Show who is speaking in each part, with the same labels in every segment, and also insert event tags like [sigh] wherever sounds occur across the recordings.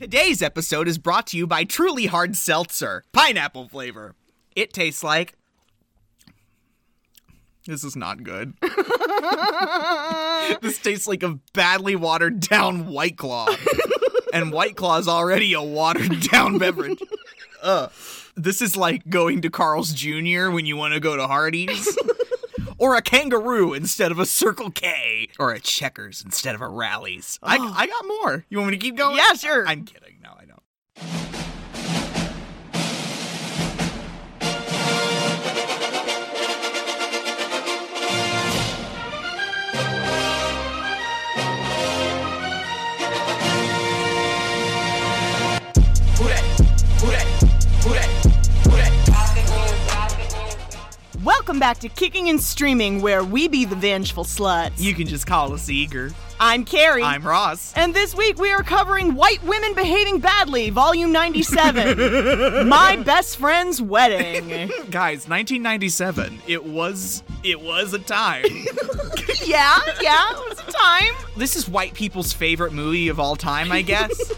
Speaker 1: Today's episode is brought to you by Truly Hard Seltzer, pineapple flavor. It tastes like. This is not good. this tastes like a badly watered down White Claw. and White Claw is already a watered down beverage. Ugh. This is like going to Carl's Jr. when you want to go to Hardee's. Or a kangaroo instead of a Circle K. Or a Checkers instead of a Rallies. I, I got more. You want me to keep going?
Speaker 2: Yeah, sure.
Speaker 1: I'm kidding. No, I don't.
Speaker 2: Welcome back to Kicking and Streaming, where we be the vengeful sluts.
Speaker 1: You can just call us eager.
Speaker 2: I'm Carrie.
Speaker 1: I'm Ross.
Speaker 2: and this week we are covering White Women Behaving Badly, Volume 97 [laughs] My Best Friend's Wedding.
Speaker 1: Guys, 1997. It was it was a time.
Speaker 2: [laughs] yeah, yeah, it was a time.
Speaker 1: this is white people's favorite movie of all time, I guess.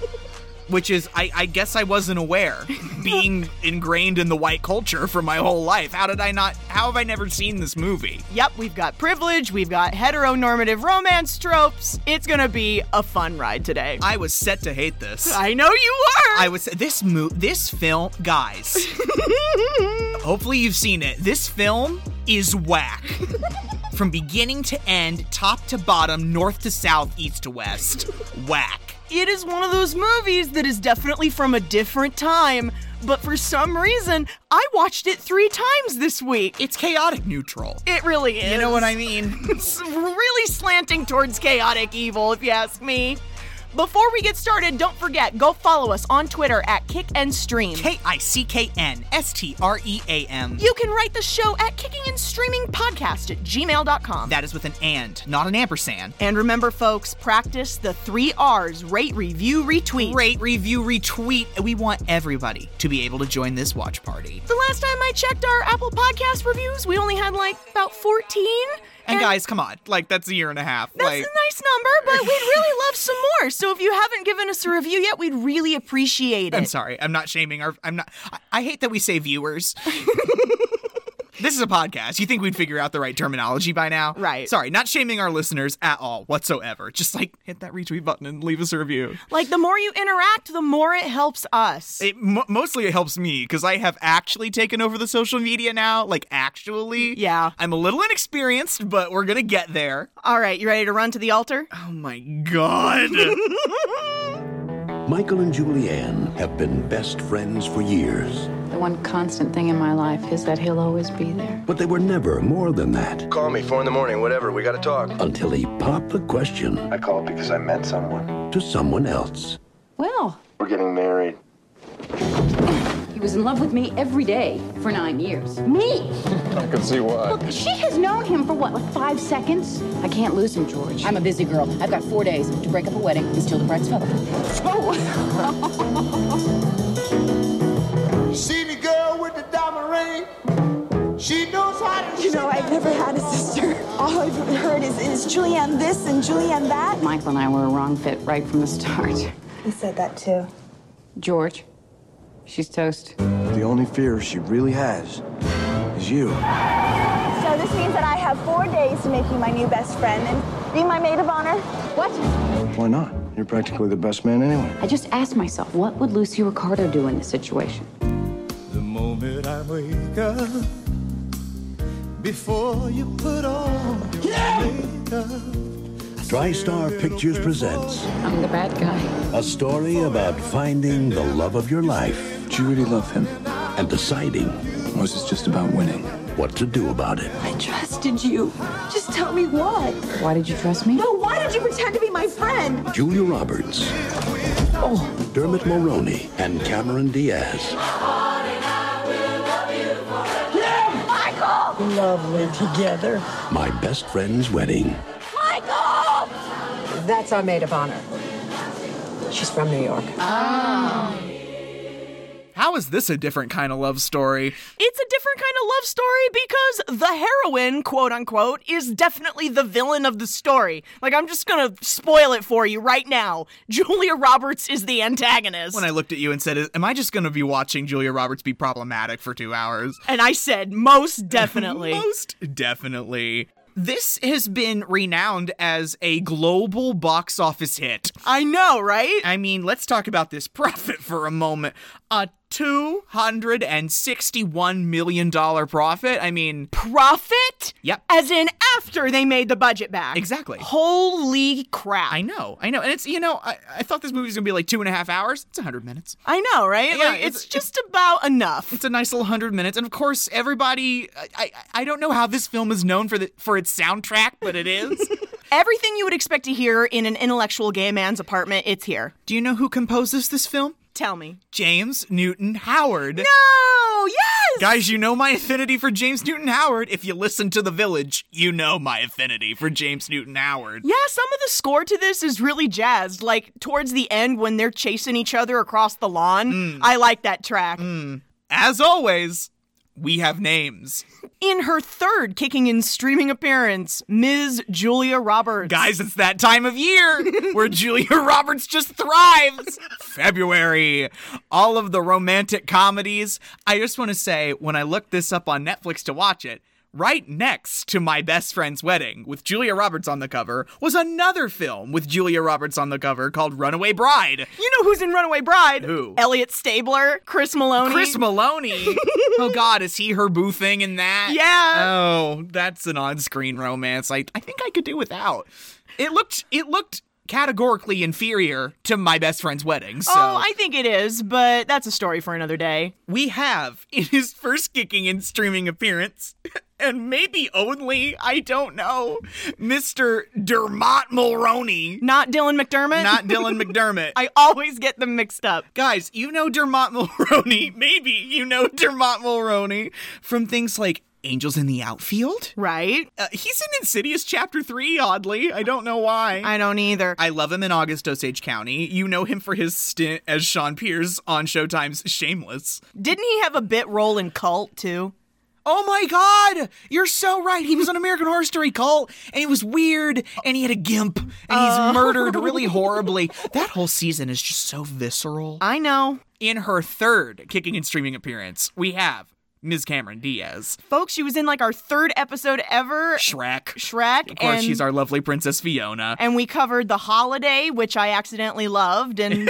Speaker 1: Which is, I, I guess I wasn't aware, being ingrained in the white culture for my whole life. How did I not? How have I never seen this movie?
Speaker 2: Yep, we've got privilege, we've got heteronormative romance tropes. It's gonna be a fun ride today.
Speaker 1: I was set to hate this.
Speaker 2: I know you are.
Speaker 1: I was this mo- this film, [laughs] guys. hopefully you've seen it. This film is whack. From beginning to end, top to bottom, north to south, east to west, whack.
Speaker 2: it is one of those movies that is definitely from a different time, but for some reason, I watched it three times this week.
Speaker 1: It's chaotic neutral.
Speaker 2: It really is.
Speaker 1: You know what I mean?
Speaker 2: It's really slanting towards chaotic evil, if you ask me. Before we get started, don't forget, go follow us on Twitter at Kick and Stream.
Speaker 1: K I C K N S T R E A M.
Speaker 2: you can write the show at kicking and streaming podcast at gmail.com.
Speaker 1: That is with an and, not an ampersand.
Speaker 2: and remember, folks, practice the three R's rate, review, retweet.
Speaker 1: Rate, review, retweet. We want everybody to be able to join this watch party.
Speaker 2: The last time I checked our Apple Podcast reviews, we only had like about 14.
Speaker 1: And guys, come on. Like, that's a year and a half.
Speaker 2: That's
Speaker 1: like,
Speaker 2: a nice number, but we'd really love some more. So if you haven't given us a review yet, we'd really appreciate it.
Speaker 1: I'm sorry. I'm not shaming our. I'm not. I, I hate that we say
Speaker 2: [laughs]
Speaker 1: viewers. this is a podcast. You think we'd figure out the right terminology by now?
Speaker 2: Right.
Speaker 1: Sorry, not shaming our listeners at all whatsoever. Just like hit that retweet button and leave us a review.
Speaker 2: Like the more you interact, the more it helps us.
Speaker 1: It mo mostly it helps me because I have actually taken over the social media now. Like actually.
Speaker 2: Yeah.
Speaker 1: I'm a little inexperienced, but we're gonna get there.
Speaker 2: All right, you ready to run to the altar?
Speaker 1: Oh my
Speaker 2: [laughs]
Speaker 1: god.
Speaker 3: Michael and Julianne have been best friends for years,
Speaker 4: The one constant thing in my life is that he'll always be there.
Speaker 3: but they were never more than that
Speaker 5: Call me, four in the morning, whatever, we gotta talk.
Speaker 3: until he popped the question
Speaker 5: I called because I met someone.
Speaker 3: to someone else.
Speaker 4: Well,
Speaker 5: We're getting married.
Speaker 4: he was in love with me every day for nine years. Me!
Speaker 5: I can see why.
Speaker 4: Look, she has known him for what, like five seconds? I can't lose him, George. I'm a busy girl. I've got four days to break up a wedding and steal the bride's feather. Oh!
Speaker 6: See the girl with the diamond ring? She knows how to
Speaker 7: You know, I've never had a sister. All I've heard is, is Julianne this and Julianne that.
Speaker 4: Michael and I were a wrong fit right from the start.
Speaker 7: He said that too.
Speaker 4: George, she's toast.
Speaker 5: The only fear she really has is you.
Speaker 7: So this means that I have four days to make you my new best friend and be my maid of honor.
Speaker 4: What?
Speaker 5: Why not? You're practically the best man anyway.
Speaker 4: I just asked myself, what would Lucy Ricardo do in this situation?
Speaker 8: The moment I wake up, before you put on your makeup.
Speaker 3: TriStar Pictures presents
Speaker 4: I'm the bad guy.
Speaker 3: a story about finding the love of your life
Speaker 9: Do you really love him?
Speaker 3: and deciding
Speaker 9: Or is this just about winning?
Speaker 3: what to do about it.
Speaker 7: I trusted you. Just tell me why.
Speaker 4: Why did you trust me?
Speaker 7: No, why did you pretend to be my friend?
Speaker 3: Julia Roberts, Dermot Mulroney, and Cameron Diaz
Speaker 7: Michael!
Speaker 6: Lovely together.
Speaker 3: My Best Friend's Wedding.
Speaker 7: Michael!
Speaker 10: That's our maid of honor. She's from New York.
Speaker 1: How How is this a different kind of love story?
Speaker 2: It's a different kind of love story because the heroine, quote unquote, is definitely the villain of the story. Like, I'm just gonna spoil it for you right now. [laughs] Julia Roberts is the antagonist.
Speaker 1: When I looked at you and said, Am I just going to be watching Julia Roberts be problematic for two hours?
Speaker 2: and I said, most definitely.
Speaker 1: [laughs] Most definitely. This has been renowned as a global box office hit.
Speaker 2: I know, right?
Speaker 1: I mean, let's talk about this profit for a moment. A $261 million profit? I mean,
Speaker 2: Profit?
Speaker 1: Yep.
Speaker 2: As in after they made the budget back.
Speaker 1: Exactly.
Speaker 2: Holy crap.
Speaker 1: I know, I know. And it's, you know, I, I thought this movie was going to be like two and a half hours. It's 100 minutes.
Speaker 2: I know, right?
Speaker 1: Yeah,
Speaker 2: like, it's,
Speaker 1: it's-
Speaker 2: just about enough.
Speaker 1: It's a nice little 100 minutes. And of course, everybody, I, I, I don't know how this film is known for, the, for its soundtrack, but it is.
Speaker 2: Everything you would expect to hear in an intellectual gay man's apartment, it's here.
Speaker 1: Do you know who composes this film?
Speaker 2: Tell me.
Speaker 1: James Newton Howard.
Speaker 2: No! Yes!
Speaker 1: Guys, you know my affinity for James Newton Howard. If you listen to The Village, you know my affinity for James Newton Howard.
Speaker 2: Yeah, some of the score to this is really jazzed. Like towards the end when they're chasing each other across the lawn,
Speaker 1: Mm.
Speaker 2: I like that track.
Speaker 1: As always, we have names.
Speaker 2: In her third kicking and streaming appearance, Ms. Julia Roberts.
Speaker 1: Guys, it's that time of year where Julia Roberts just thrives. February. All of the romantic comedies. I just want to say, when I looked this up on Netflix to watch it, right next to My Best Friend's Wedding, with Julia Roberts on the cover, was another film with Julia Roberts on the cover called Runaway Bride.
Speaker 2: You know who's in Runaway Bride?
Speaker 1: Who?
Speaker 2: Elliot Stabler, Chris Maloney.
Speaker 1: Chris
Speaker 2: [laughs]
Speaker 1: Maloney. oh God, is he her boo thing in that?
Speaker 2: Yeah.
Speaker 1: Oh, that's an on-screen romance. I I think I could do without. It looked it looked categorically inferior to my best friend's wedding. So
Speaker 2: Oh, I think it is, but that's a story for another day.
Speaker 1: we have in his first kicking and streaming appearance. [laughs] And maybe only, I don't know, Mr. Dermot Mulroney,
Speaker 2: Not Dylan McDermott.
Speaker 1: not Dylan McDermott.
Speaker 2: [laughs] I always get them mixed up.
Speaker 1: Guys, you know Dermot [laughs] Mulroney. Maybe you know Dermot Mulroney from things like Angels in the Outfield.
Speaker 2: Right?
Speaker 1: Uh, he's in Insidious Chapter 3, oddly. I don't know why. I,
Speaker 2: I don't either.
Speaker 1: love him in August Osage County. You know him for his stint as Sean Pierce on Showtime's Shameless.
Speaker 2: Didn't he have a bit role in Cult too?
Speaker 1: Oh my god! You're so right. He was on American Horror Story cult, and he was weird, and he had a gimp, and he's murdered [laughs] really horribly. That whole season is just so visceral.
Speaker 2: I know.
Speaker 1: in her third kicking and streaming appearance, we have Ms. Cameron Diaz,
Speaker 2: Folks, she was in like our third episode ever,
Speaker 1: Shrek.
Speaker 2: Shrek.
Speaker 1: Of course,
Speaker 2: and,
Speaker 1: she's our lovely Princess
Speaker 2: [laughs]
Speaker 1: Fiona.
Speaker 2: and we covered The Holiday, which I accidentally loved.
Speaker 1: [laughs]
Speaker 2: And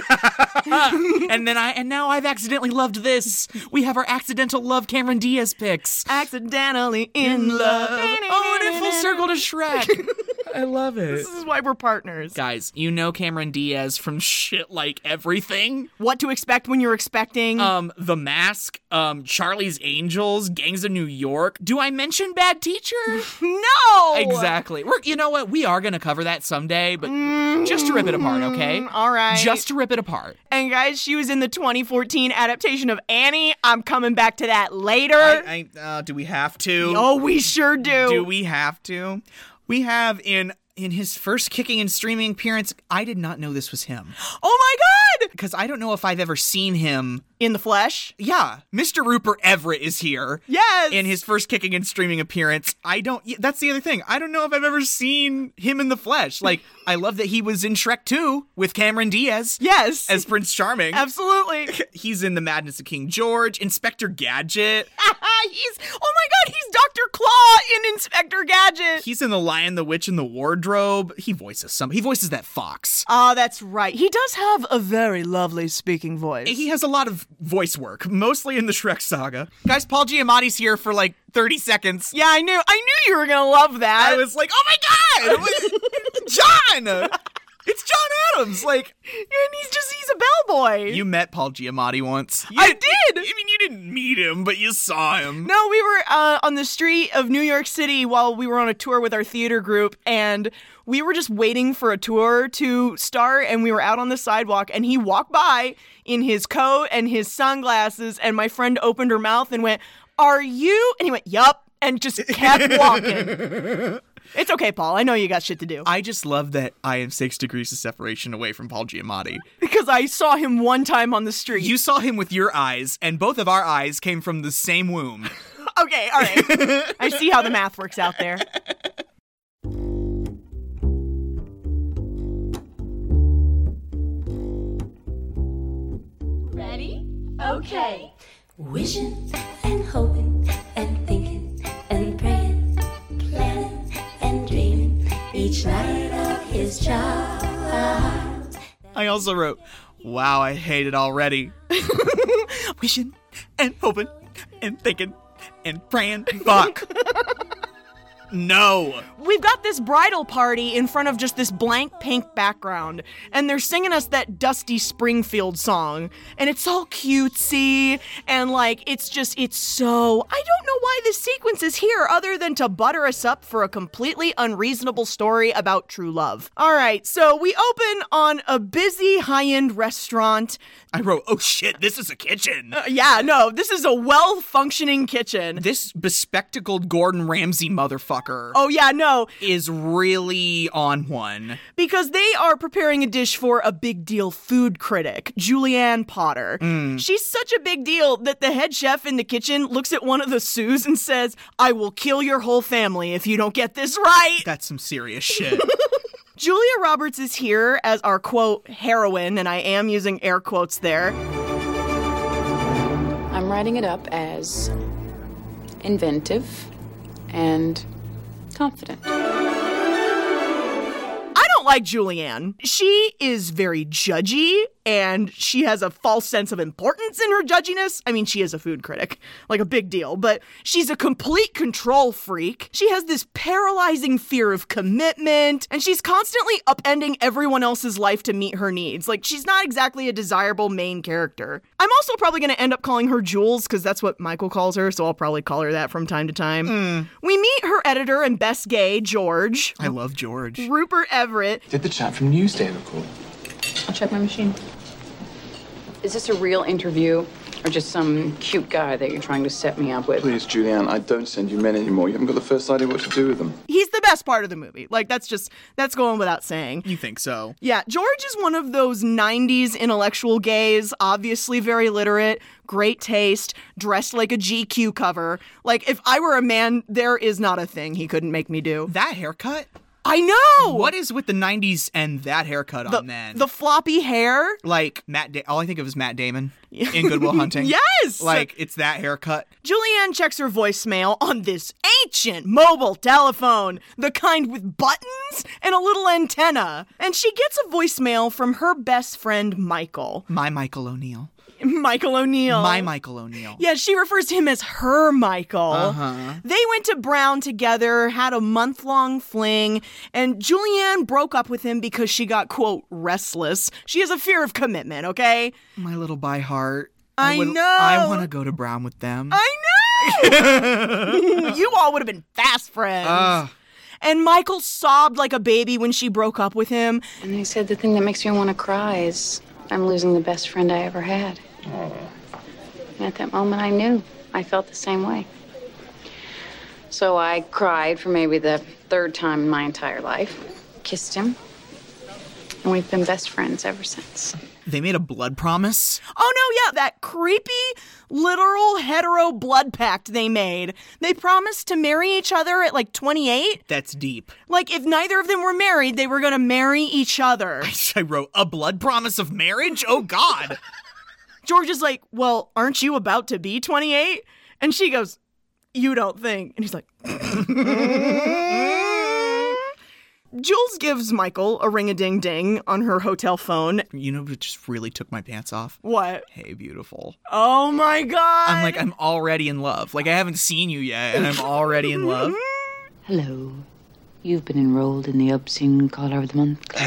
Speaker 1: And then I and now I've accidentally loved this. We have our accidental love Cameron Diaz picks.
Speaker 2: accidentally in love.
Speaker 1: Oh, and it full circle to
Speaker 2: [laughs]
Speaker 1: Shrek. I love it.
Speaker 2: This is why we're partners.
Speaker 1: Guys, you know Cameron Diaz from shit like everything.
Speaker 2: What to expect when you're expecting.
Speaker 1: Um, The Mask, um, Charlie's Angels, Gangs of New York. Do I mention Bad Teacher?
Speaker 2: no!
Speaker 1: Exactly. We're, you know what? We are going to cover that someday, but just to rip it apart, okay?
Speaker 2: All right.
Speaker 1: Just to rip it apart.
Speaker 2: And guys, she was in the 2014 adaptation of Annie. I'm coming back to that later.
Speaker 1: uh, do we have to?
Speaker 2: oh, we sure do. Oh
Speaker 1: Do we have to? We have in in his first kicking and streaming appearance. I did not know this was [gasps] him
Speaker 2: Oh my god!
Speaker 1: because I don't know if I've ever seen him.
Speaker 2: In the flesh?
Speaker 1: Yeah, Mr. Rupert Everett is here.
Speaker 2: Yes.
Speaker 1: In his first kicking and streaming appearance, I don't. y- That's the other thing. I don't know if I've ever seen him in the [laughs] flesh. Like, I love that he was in Shrek 2 with Cameron Diaz
Speaker 2: Yes.
Speaker 1: as Prince Charming.
Speaker 2: Absolutely.
Speaker 1: He's in The Madness of King George, Inspector Gadget.
Speaker 2: [laughs] he's oh my god, he's Dr. Claw in Inspector Gadget.
Speaker 1: He's in The Lion, the Witch, and the Wardrobe. He voices some. He voices that fox.
Speaker 2: Ah, that's right. He does have a very lovely speaking voice.
Speaker 1: He has a lot of voice work, mostly in the Shrek saga. Guys, Paul Giamatti's here for like 30 seconds.
Speaker 2: yeah, I knew I knew you were gonna love that.
Speaker 1: I was like, oh my god,
Speaker 2: [laughs]
Speaker 1: John! It's John Adams. Like
Speaker 2: and he's just he's a bellboy.
Speaker 1: you met Paul Giamatti once. You
Speaker 2: I
Speaker 1: didn't-
Speaker 2: did!
Speaker 1: I mean, you didn't meet him, but you saw him.
Speaker 2: No, we were uh, on the street of New York City while we were on a tour with our theater group, and we were just waiting for a tour to start. And we were out on the sidewalk, and he walked by in his coat and his sunglasses. And my friend opened her mouth and went, "Are you?" And he went, "Yup," and just kept walking. It's okay, Paul. I know you got shit to do.
Speaker 1: I just love that I am six degrees of separation away from Paul Giamatti.
Speaker 2: because I saw him one time on the street.
Speaker 1: You saw him with your eyes, and both of our eyes came from the same womb.
Speaker 2: okay, all right. I see how the math works out there.
Speaker 8: Ready? Okay. Wishing and hoping and thinking and praying, planning and dreaming each night of his child.
Speaker 1: [laughs] I also wrote, Wow, I hate it already.
Speaker 2: [laughs]
Speaker 1: Wishing and hoping and thinking and praying.
Speaker 2: [laughs]
Speaker 1: Fuck. no.
Speaker 2: We've got this bridal party in front of just this blank pink background, and they're singing us that Dusty Springfield song, and it's all cutesy, and like, it's just, it's so. I don't know why this sequence is here other than to butter us up for a completely unreasonable story about true love. All right, so we open on a busy high end restaurant.
Speaker 1: I wrote, Oh shit, this is a kitchen.
Speaker 2: Yeah, no, this is a well functioning kitchen.
Speaker 1: This bespectacled Gordon Ramsay motherfucker
Speaker 2: Oh, yeah, no.
Speaker 1: is really on one.
Speaker 2: because they are preparing a dish for a big deal food critic, Julianne Potter. She's such a big deal that the head chef in the kitchen looks at one of the Sues and says, I will kill your whole family if you don't get this right.
Speaker 1: That's some serious shit.
Speaker 2: Julia Roberts is here as our quote heroine, and I am using air quotes there.
Speaker 11: I'm writing it up as inventive and confident.
Speaker 2: I don't like Julianne. She is very judgy and she has a false sense of importance in her judginess. I mean, she is a food critic, like a big deal, but she's a complete control freak. She has this paralyzing fear of commitment and she's constantly upending everyone else's life to meet her needs. Like, she's not exactly a desirable main character. I'm also probably going to end up calling her Jules because that's what Michael calls her, so I'll probably call her that from time to time. We meet her editor and best gay, George.
Speaker 1: I love George.
Speaker 2: Rupert Everett,
Speaker 12: Did the chat from Newsday record?
Speaker 11: I'll check my machine. Is this a real interview or just some cute guy that you're trying to set me up with?
Speaker 12: Please, Julianne, I don't send you men anymore. You haven't got the first idea what to do with them.
Speaker 2: he's the best part of the movie. Like that's just that's going without saying.
Speaker 1: You think so?
Speaker 2: Yeah, George is one of those 90s intellectual gays, obviously very literate, great taste, dressed like a GQ cover. Like if I were a man, there is not a thing he couldn't make me do.
Speaker 1: That haircut?
Speaker 2: I know.
Speaker 1: What is with the 90s and that haircut
Speaker 2: the,
Speaker 1: on men?
Speaker 2: the floppy hair?
Speaker 1: like Matt, da- all I think of is Matt Damon in
Speaker 2: [laughs]
Speaker 1: Goodwill Hunting.
Speaker 2: Yes!
Speaker 1: like it's that haircut.
Speaker 2: Julianne checks her voicemail on this ancient mobile telephone, the kind with buttons and a little antenna. And she gets a voicemail from her best friend, Michael.
Speaker 1: My Michael O'Neill.
Speaker 2: Michael O'Neill.
Speaker 1: My Michael O'Neill.
Speaker 2: Oh. Yeah, she refers to him as her Michael. They went to Brown together, had a month long fling, and Julianne broke up with him because she got, quote, restless. She has a fear of commitment, okay?
Speaker 1: My little by heart.
Speaker 2: I
Speaker 1: would-
Speaker 2: know.
Speaker 1: I want to go to Brown with them.
Speaker 2: I know! [laughs] you all would have been fast friends. And Michael sobbed like a baby when she broke up with him.
Speaker 11: And they said the thing that makes me want to cry is I'm losing the best friend I ever had. And at that moment, I knew. I felt the same way. So I cried for maybe the third time in my entire life, kissed him, and we've been best friends ever since.
Speaker 1: they made a blood promise.
Speaker 2: Oh no, yeah, that creepy literal hetero blood pact they made. They promised to marry each other at like 28.
Speaker 1: That's deep.
Speaker 2: Like if neither of them were married, they were going to marry each other.
Speaker 1: I wrote a blood promise of marriage. Oh God.
Speaker 2: George is like, "Well, aren't you about to be 28?" And she goes, "You don't think." And he's like, [laughs] Jules gives Michael a ring a ding ding on her hotel phone.
Speaker 1: you know, what just really took my pants off.
Speaker 2: What?
Speaker 1: Hey, beautiful.
Speaker 2: Oh my god.
Speaker 1: I'm like, I'm already in love. Like I haven't seen you yet, and I'm already in
Speaker 2: [laughs]
Speaker 1: love.
Speaker 11: Hello. You've been enrolled in the Obscene Caller of the Month Club.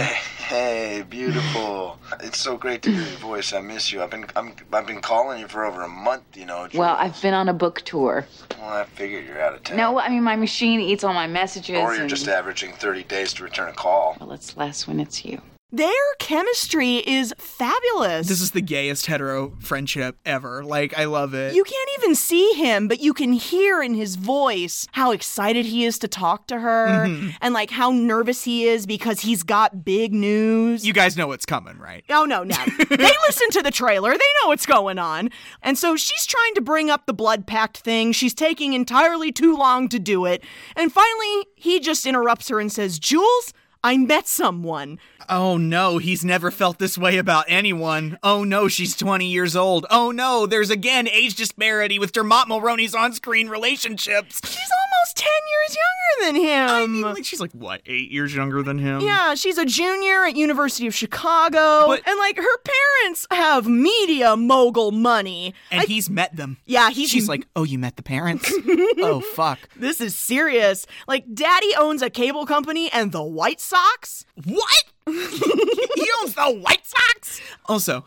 Speaker 5: Hey, beautiful. It's so great to hear your voice. I miss you. I've been I'm, I've been calling you for over a month, you know.
Speaker 11: Well, I've been on a book tour.
Speaker 5: Well, I figured you're out of town.
Speaker 11: No, I mean, my machine eats all my messages.
Speaker 5: Or you're
Speaker 11: and-
Speaker 5: just averaging 30 days to return a call.
Speaker 11: Well, it's less when it's you.
Speaker 2: Their chemistry is fabulous.
Speaker 1: This is the gayest hetero friendship ever. Like, I love it.
Speaker 2: You can't even see him, but you can hear in his voice how excited he is to talk to her
Speaker 1: Mhm.
Speaker 2: and like how nervous he is because he's got big news.
Speaker 1: you guys know what's coming, right?
Speaker 2: Oh
Speaker 1: [laughs]
Speaker 2: no, no. they listen to the trailer. They know what's going on. And so she's trying to bring up the blood pact thing. She's taking entirely too long to do it. And finally, he just interrupts her and says, "Jules, I met someone."
Speaker 1: Oh no, he's never felt this way about anyone. Oh no, she's 20 years old. Oh no, there's again age disparity with Dermot Mulroney's on screen relationships.
Speaker 2: She's almost 10 years younger than him.
Speaker 1: I mean, like, she's like, what, eight years younger than him?
Speaker 2: Um, Yeah, she's a junior at University of Chicago,
Speaker 1: But-
Speaker 2: and like her parents have media mogul money.
Speaker 1: And he's met them.
Speaker 2: Yeah, he's
Speaker 1: She's like, oh, you met the
Speaker 2: [laughs]
Speaker 1: parents? oh, fuck.
Speaker 2: this is serious. Like, daddy owns a cable company and the White Sox.
Speaker 1: What? he owns the White Sox? Also,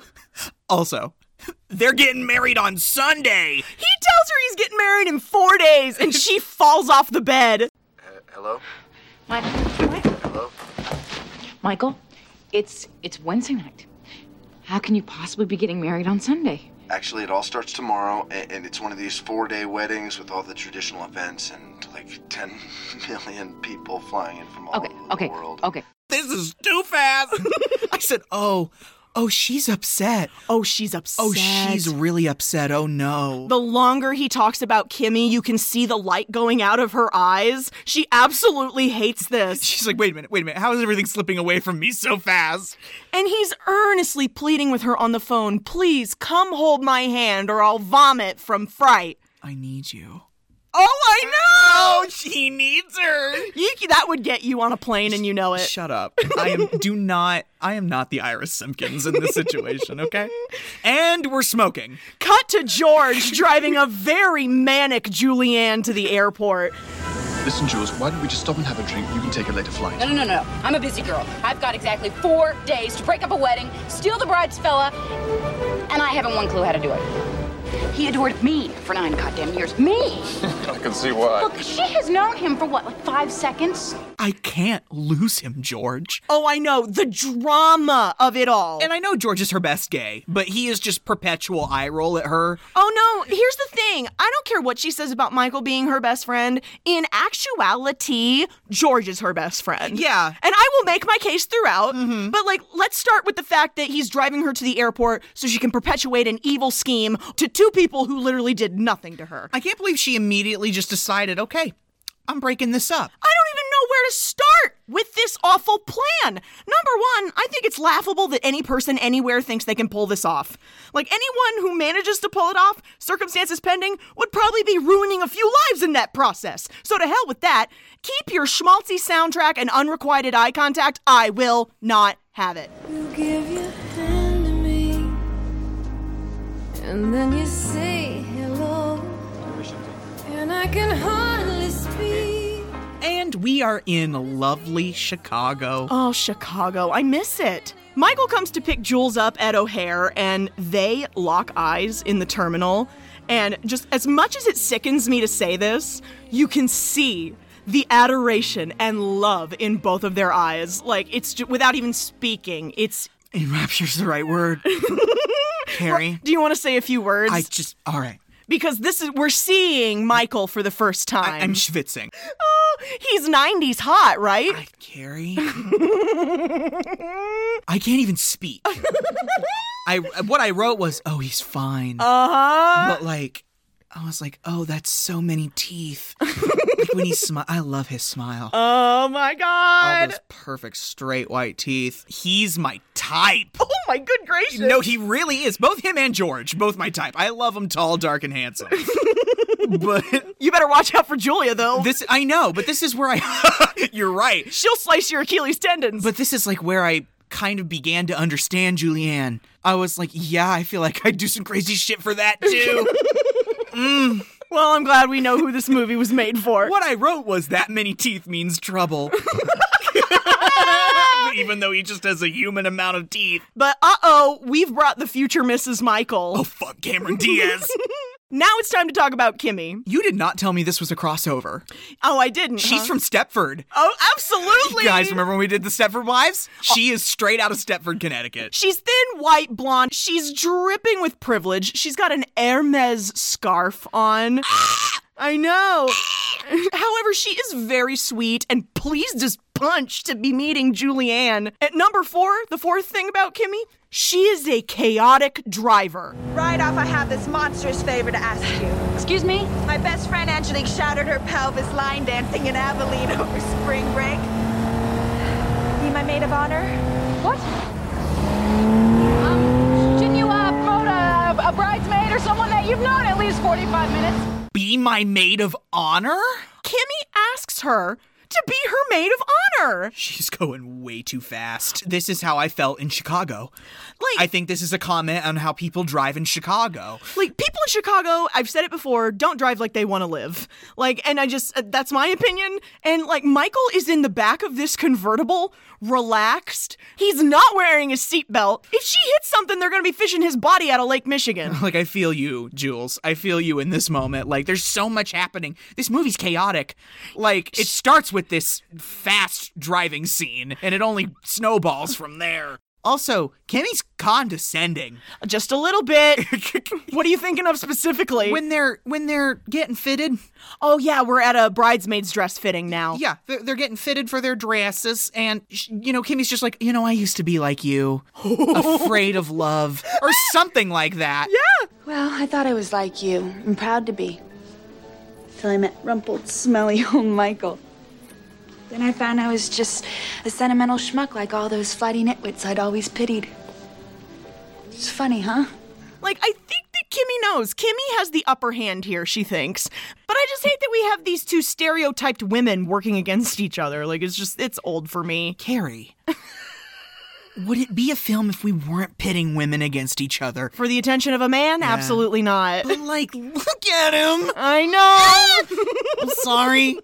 Speaker 1: also, they're getting married on Sunday.
Speaker 2: He tells her he's getting married in four days,
Speaker 1: [laughs]
Speaker 2: and she falls off the bed.
Speaker 5: Hello?
Speaker 13: Michael,
Speaker 5: Hello?
Speaker 4: Michael, it's it's Wednesday night. How can you possibly be getting married on Sunday?
Speaker 5: Actually, it all starts tomorrow, and, and it's one of these four day weddings with all the traditional events and like 10 [laughs] million people flying in from all
Speaker 4: Okay, okay, okay.
Speaker 1: This is too
Speaker 2: [laughs]
Speaker 1: fast. I said, oh, oh, she's upset.
Speaker 2: Oh, she's upset.
Speaker 1: Oh, she's really upset. Oh, no.
Speaker 2: The longer he talks about Kimmy, you can see the light going out of her eyes. She absolutely hates this.
Speaker 1: She's like, wait a minute, wait a minute. How is everything slipping away from me so fast?
Speaker 2: And he's earnestly pleading with her on the phone, please come hold my hand or I'll vomit from fright.
Speaker 1: I need you.
Speaker 2: Oh, I
Speaker 1: Oh, she needs her.
Speaker 2: know! You, that would get you on a plane and you know
Speaker 1: [laughs]
Speaker 2: it.
Speaker 1: Shut up. I am do not I am not the Iris Simpkins in this situation, okay? And we're smoking.
Speaker 2: Cut to George driving a very manic Julianne to the airport.
Speaker 14: Listen, Jules, why don't we just stop and have a drink? You can take a later flight.
Speaker 7: No, no, no, no. I'm a busy girl. I've got exactly four days to break up a wedding, steal the bride's fella, and I haven't one clue how to do it. He adored me for nine goddamn years. Me!
Speaker 14: I can see why.
Speaker 7: Look, she has known him for what, like five seconds?
Speaker 1: I can't lose him, George.
Speaker 2: Oh, I know, the drama of it all.
Speaker 1: And I know George is her best gay, but he is just perpetual eye roll at her.
Speaker 2: Oh no, here's the thing. I don't care what she says about Michael being her best friend. In actuality, George is her best friend.
Speaker 1: Yeah.
Speaker 2: And I will make my case throughout. But like, let's start with the fact that he's driving her to the airport so she can perpetuate an evil scheme to two people who literally did nothing to her.
Speaker 1: I can't believe she immediately just decided, okay, I'm breaking this up.
Speaker 2: I don't even know where to start with this awful plan. Number one, I think it's laughable that any person anywhere thinks they can pull this off. Like anyone who manages to pull it off, circumstances pending, would probably be ruining a few lives in that process. So to hell with that. Keep your schmaltzy soundtrack and unrequited eye contact. I will not have it.
Speaker 8: You give your hand to me, and then you say hello, and I can hardly speak.
Speaker 1: And we are in lovely Chicago.
Speaker 2: Oh, Chicago, I miss it. Michael comes to pick Jules up at O'Hare, and they lock eyes in the terminal. And just as much as it sickens me to say this, you can see the adoration and love in both of their eyes. Like, it's ju- without even speaking, it's.
Speaker 1: Enrapture's the right [laughs] word. Carrie,
Speaker 2: Do you want to say a few words?
Speaker 1: I just, all right.
Speaker 2: because this is we're seeing Michael for the first time.
Speaker 1: I'm schwitzing.
Speaker 2: Oh, he's 90s hot, right?
Speaker 1: Carrie? [laughs] I can't even speak. I what I wrote was, "Oh, he's fine."
Speaker 2: Uh-huh.
Speaker 1: But like I was like, "Oh, that's so many teeth." like when he [laughs] smile, I love his smile.
Speaker 2: Oh my
Speaker 1: All
Speaker 2: god.
Speaker 1: those perfect straight white teeth. He's my type.
Speaker 2: [laughs] Oh my good gracious.
Speaker 1: No, he really is. Both him and George, both my type. I love him tall, dark, and handsome. but
Speaker 2: You better watch out for Julia, though.
Speaker 1: this I know, but this is where I [laughs] You're right.
Speaker 2: She'll slice your Achilles tendons.
Speaker 1: But this is like where I kind of began to understand Julianne. I was like, yeah, I feel like I'd do some crazy shit for that too.
Speaker 2: well, I'm glad we know who this movie was made for.
Speaker 1: what I wrote was that many teeth means trouble. [laughs] Even though he just has a human amount of teeth.
Speaker 2: But uh oh, we've brought the future Mrs. Michael.
Speaker 1: Oh, fuck Cameron Diaz.
Speaker 2: Now it's time to talk about Kimmy.
Speaker 1: You did not tell me this was a crossover.
Speaker 2: Oh, I didn't.
Speaker 1: She's
Speaker 2: huh?
Speaker 1: from Stepford.
Speaker 2: Oh, absolutely.
Speaker 1: You guys remember when we did the Stepford Wives? She is straight out of Stepford, Connecticut.
Speaker 2: She's thin, white, blonde. She's dripping with privilege. She's got an Hermes scarf on.
Speaker 1: Ah!
Speaker 2: I know. [laughs] However, she is very sweet and pleased as punch to be meeting Julianne. At number four, the fourth thing about Kimmy, she is a chaotic driver.
Speaker 7: Right off, I have this monstrous favor to ask you.
Speaker 11: Excuse me?
Speaker 7: My best friend Angelique shattered her pelvis line dancing in Abilene [laughs] over spring break. Be my maid of honor?
Speaker 11: What? Um, should you uh, promote a, a bridesmaid or someone that you've known at least 45 minutes?
Speaker 1: Be my maid of honor?
Speaker 2: Kimmy asks her to be her maid of honor.
Speaker 1: She's going way too fast. This is how I felt in Chicago.
Speaker 2: Like
Speaker 1: I think this is a comment on how people drive in Chicago.
Speaker 2: like people in Chicago, I've said it before, don't drive like they want to live. Like, and I just, uh, that's my opinion. And like, Michael is in the back of this convertible, relaxed. He's not wearing a seatbelt. If she hits something, they're going to be fishing his body out of Lake Michigan.
Speaker 1: [laughs] Like, I feel you, Jules. I feel you in this moment. Like, there's so much happening. This movie's chaotic. Like, it starts with this fast driving scene, and it only snowballs from there. Also, Kimmy's condescending.
Speaker 2: Just a little bit. what are you thinking of specifically?
Speaker 1: When they're when they're getting fitted,
Speaker 2: oh yeah, we're at a bridesmaid's dress fitting now.
Speaker 1: yeah, they're, they're getting fitted for their dresses, and sh- you know, Kimmy's just like, you know, I used to be like you, afraid of [laughs] love, or something like that.
Speaker 2: Yeah.
Speaker 8: Well, I thought I was like you. I'm proud to be. Till I met rumpled, smelly [laughs] old Michael. Then I found I was just a sentimental schmuck like all those flighty nitwits I'd always pitied. It's funny, huh?
Speaker 2: Like, I think that Kimmy knows. Kimmy has the upper hand here, she thinks. But I just hate that we have these two stereotyped women working against each other. Like, it's just, it's old for me.
Speaker 1: Carrie, would it be a film if we weren't pitting women against each other?
Speaker 2: For the attention of a man? Absolutely not.
Speaker 1: But like, look at him.
Speaker 2: I know. [laughs]
Speaker 1: I'm [laughs] sorry.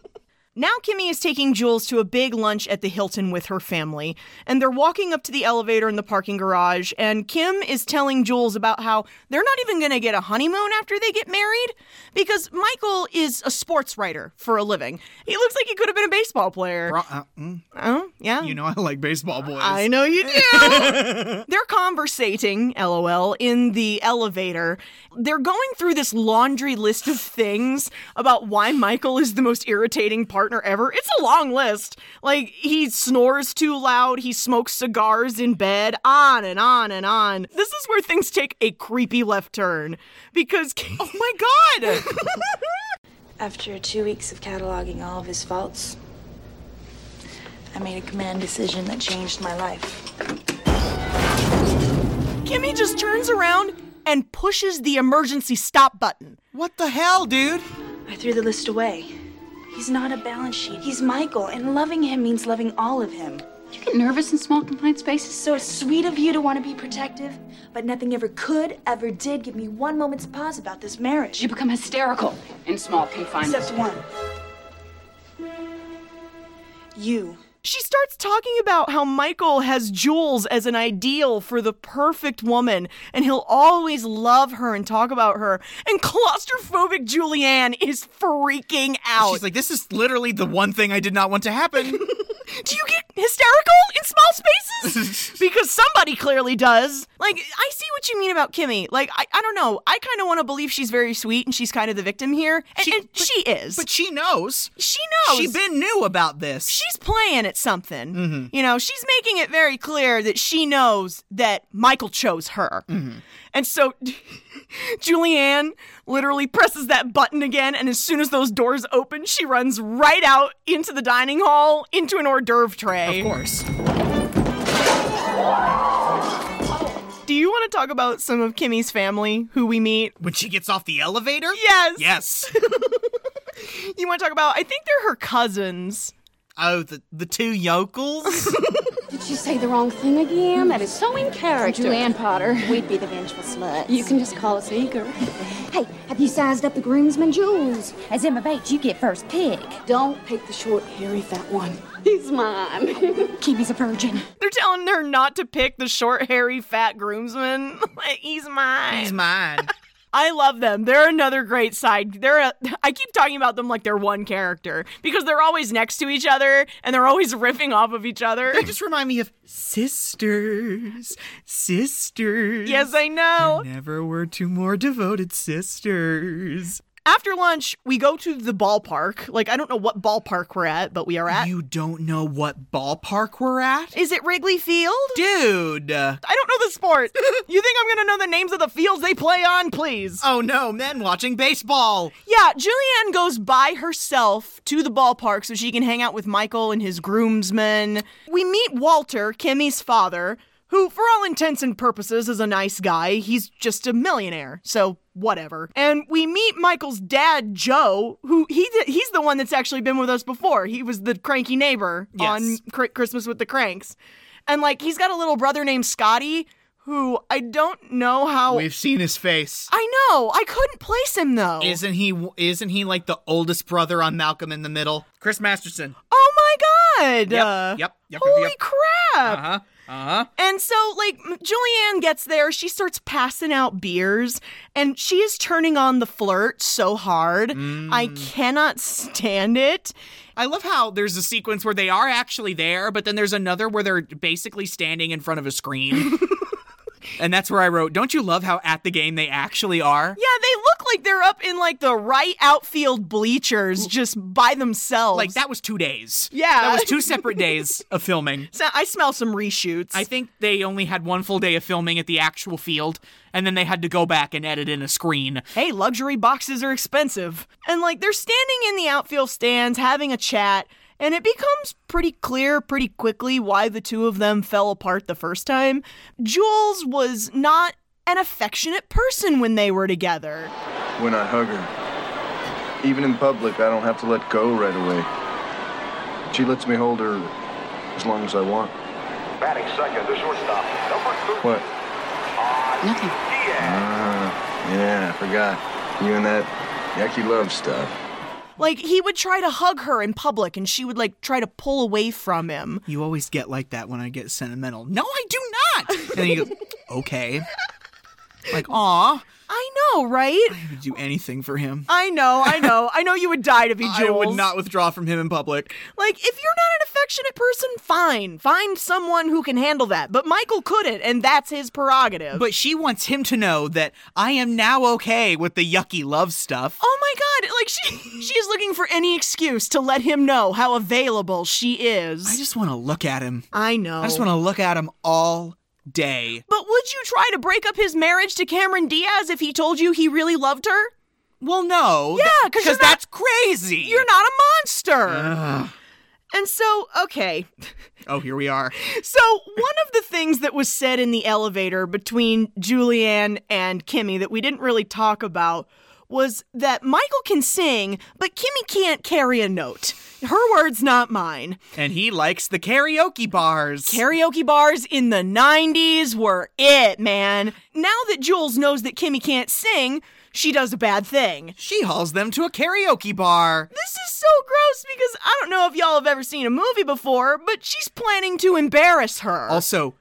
Speaker 2: now, Kimmy is taking Jules to a big lunch at the Hilton with her family, and they're walking up to the elevator in the parking garage. And Kim is telling Jules about how they're not even going to get a honeymoon after they get married because Michael is a sports writer for a living. He looks like he could have been a baseball player.
Speaker 1: Bro- uh, mm,
Speaker 2: Oh, yeah.
Speaker 1: you know I like baseball boys.
Speaker 2: I know you do.
Speaker 1: [laughs]
Speaker 2: They're conversating, lol, in the elevator. They're going through this laundry list of things about why Michael is the most irritating partner ever. It's a long list. Like, he snores too loud, he smokes cigars in bed, on and on and on. This is where things take a creepy left turn because. [laughs] Oh
Speaker 1: [laughs]
Speaker 2: my god!
Speaker 8: After two weeks of cataloging all of his faults, I made a command decision that changed my life.
Speaker 2: Kimmy just turns around and pushes the emergency stop button.
Speaker 1: What the hell, dude?
Speaker 8: I threw the list away. He's not a balance sheet. He's Michael, and loving him means loving all of him.
Speaker 15: Do you get nervous in small confined spaces?
Speaker 8: So it's sweet of you to want to be protective, but nothing ever could, ever did give me one moment's pause about this marriage.
Speaker 11: You become hysterical in small confined
Speaker 8: Except one. You.
Speaker 2: She starts talking about how Michael has Jules as an ideal for the perfect woman, and he'll always love her and talk about her. And claustrophobic Julianne is freaking out.
Speaker 1: She's like, this is literally the one thing I did not want to [laughs] happen.
Speaker 2: Do you get hysterical in
Speaker 1: [laughs]
Speaker 2: small spaces? because somebody clearly does. Like, I see what you mean about Kimmy. Like, I, I don't know. I kind of want to believe she's very sweet and she's kind of the victim here. And and she,
Speaker 1: She- but-
Speaker 2: is.
Speaker 1: but she knows.
Speaker 2: she knows.
Speaker 1: She been knew about this.
Speaker 2: she's playing at something.
Speaker 1: Mm-hmm.
Speaker 2: You know, she's making it very clear that she knows that Michael chose her.
Speaker 1: Mm-hmm.
Speaker 2: And so [laughs] Julianne literally presses that button again. And as soon as those doors open, she runs right out into the dining hall into an hors d'oeuvre tray.
Speaker 1: of course.
Speaker 2: Do you want to talk about some of Kimmy's family who we meet?
Speaker 1: When she gets off the elevator?
Speaker 2: Yes.
Speaker 1: Yes. [laughs]
Speaker 2: You want to talk about, I think they're her cousins.
Speaker 1: oh, the, the two [laughs] yokels?
Speaker 16: Did you say the wrong thing again? That is so in character.
Speaker 11: Julianne Potter.
Speaker 16: We'd be the vengeful sluts.
Speaker 11: You can just call us eager.
Speaker 17: Hey, have you sized up the groomsman, Jules? As Emma Bates, you get first pick.
Speaker 16: Don't pick the short, hairy, fat one.
Speaker 17: [laughs]
Speaker 16: He's mine.
Speaker 17: Kimmy's a virgin.
Speaker 2: They're telling
Speaker 1: [laughs]
Speaker 2: [laughs] her not to pick the short, hairy, fat groomsman. like, he's mine.
Speaker 1: mine.
Speaker 2: I love them. They're another great side. They're a, [laughs] I keep talking about them like they're one character because they're always next to each other and they're always [laughs] riffing off of each other.
Speaker 1: They just remind me of sisters, sisters.
Speaker 2: Yes, I know.
Speaker 1: There never were two more devoted sisters.
Speaker 2: After lunch, we go to the ballpark. Like I don't know what ballpark we're at, but we are at.
Speaker 1: You don't know what ballpark we're at?
Speaker 2: Is it Wrigley Field?
Speaker 1: Dude. I
Speaker 2: don't know
Speaker 1: [laughs]
Speaker 2: the sport. you think I'm going to know the names of the fields they play on, please?
Speaker 1: Oh no, men watching baseball.
Speaker 2: Yeah, Julianne goes by herself to the ballpark so she can hang out with Michael and his groomsmen. We meet Walter, Kimmy's father, who, for all intents and purposes, is a nice guy. He's just a millionaire, so whatever. And we meet Michael's dad, Joe, who he he's the one that's actually been with us before. He was the cranky neighbor
Speaker 1: Yes.
Speaker 2: on Cr- Christmas with the Cranks, and like he's got a little brother named Scotty, who I don't know how.
Speaker 18: We've seen his face.
Speaker 2: I know I couldn't place him though.
Speaker 1: Isn't he isn't he like the oldest brother on Malcolm in the Middle? Chris Masterson.
Speaker 2: oh my god!
Speaker 1: Yep,
Speaker 2: Uh,
Speaker 1: yep, yep, yep,
Speaker 2: holy
Speaker 1: yep.
Speaker 2: crap!
Speaker 1: Uh-huh. Uh-huh.
Speaker 2: And so, like, M- Julianne gets there, she starts passing out beers, and she is turning on the flirt so hard. I
Speaker 1: Mm.
Speaker 2: cannot stand it.
Speaker 1: I love how there's a sequence where they are actually there, but then there's another where they're basically standing in front of
Speaker 18: [laughs]
Speaker 1: a screen. and that's where I wrote, Don't you love how at the game they actually are?
Speaker 2: Yeah, they look like they're up in like the right outfield bleachers just by themselves.
Speaker 1: Like that was two days.
Speaker 2: Yeah.
Speaker 1: That was two separate days of filming.
Speaker 2: So I smell some reshoots.
Speaker 1: I think they only had one full day of filming at the actual field, and then they had to go back and edit in a screen.
Speaker 2: hey, luxury boxes are expensive. And like they're standing in the outfield stands having a chat, and it becomes pretty clear pretty quickly why the two of them fell apart the first time. Jules was not an affectionate person when they were together.
Speaker 3: When I hug her, even in public, I don't have to let go right away. She lets me hold her as long as I want.
Speaker 19: Batting second, the shortstop. Number
Speaker 3: What?
Speaker 20: Nothing.
Speaker 3: Ah, yeah, I forgot. You and that yucky love stuff.
Speaker 2: Like he would try to hug her in public and she would like try to pull away from him.
Speaker 18: You always get like that when I get sentimental. No, I do not. And then you go, okay. Like, aw,
Speaker 2: I know, right?
Speaker 18: I would do anything for him.
Speaker 2: I know, I know. I know you would die to be Jules.
Speaker 18: I would not withdraw from him in public.
Speaker 2: Like, if you're not an affectionate person, fine. Find someone who can handle that. But Michael couldn't, and that's his prerogative.
Speaker 18: But she wants him to know that I am now okay with the yucky love stuff.
Speaker 2: oh my god, like she [laughs] she is looking for any excuse to let him know how available she is.
Speaker 18: I just want to look at him.
Speaker 2: I know.
Speaker 18: I just want to look at him all day.
Speaker 2: But would you try to break up his marriage to Cameron Diaz if he told you he really loved her?
Speaker 18: Well, no.
Speaker 2: Yeah, 'cause you're not-
Speaker 18: that's crazy.
Speaker 2: You're not a monster. And so, okay.
Speaker 18: Oh, here we are.
Speaker 2: So, one of the things that was said in the elevator between Julianne and Kimmy that we didn't really talk about was that Michael can sing, but Kimmy can't carry a note. Her words, not mine.
Speaker 18: And he likes the karaoke bars.
Speaker 2: Karaoke bars in the 90s were it, man. Now that Jules knows that Kimmy can't sing, she does a bad thing.
Speaker 18: she hauls them to a karaoke bar.
Speaker 2: This is so gross because I don't know if y'all have ever seen a movie before, but she's planning to embarrass her.
Speaker 18: Also,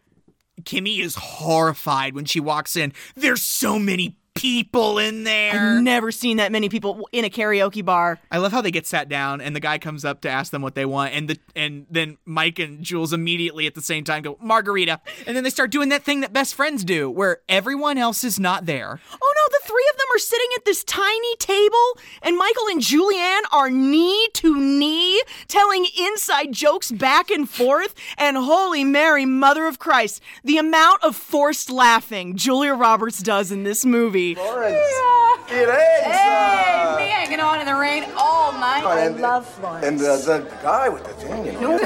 Speaker 18: Kimmy is horrified when she walks in. There's so many people in there.
Speaker 2: I've never seen that many people in a karaoke bar.
Speaker 18: I love how they get sat down and the guy comes up to ask them what they want and the and then Mike and Jules immediately at the same time go margarita and then they start doing that thing that best friends do where everyone else is not there.
Speaker 2: Oh no, the three of them are sitting at this tiny table, and Michael and Julianne are knee to knee, telling inside jokes back and forth. And holy Mary, Mother of Christ, the amount of forced laughing Julia Roberts does in this movie.
Speaker 6: It is.
Speaker 20: Hey, me hanging on in the rain all night.
Speaker 6: Oh, and- And uh, the guy with the thing, you know.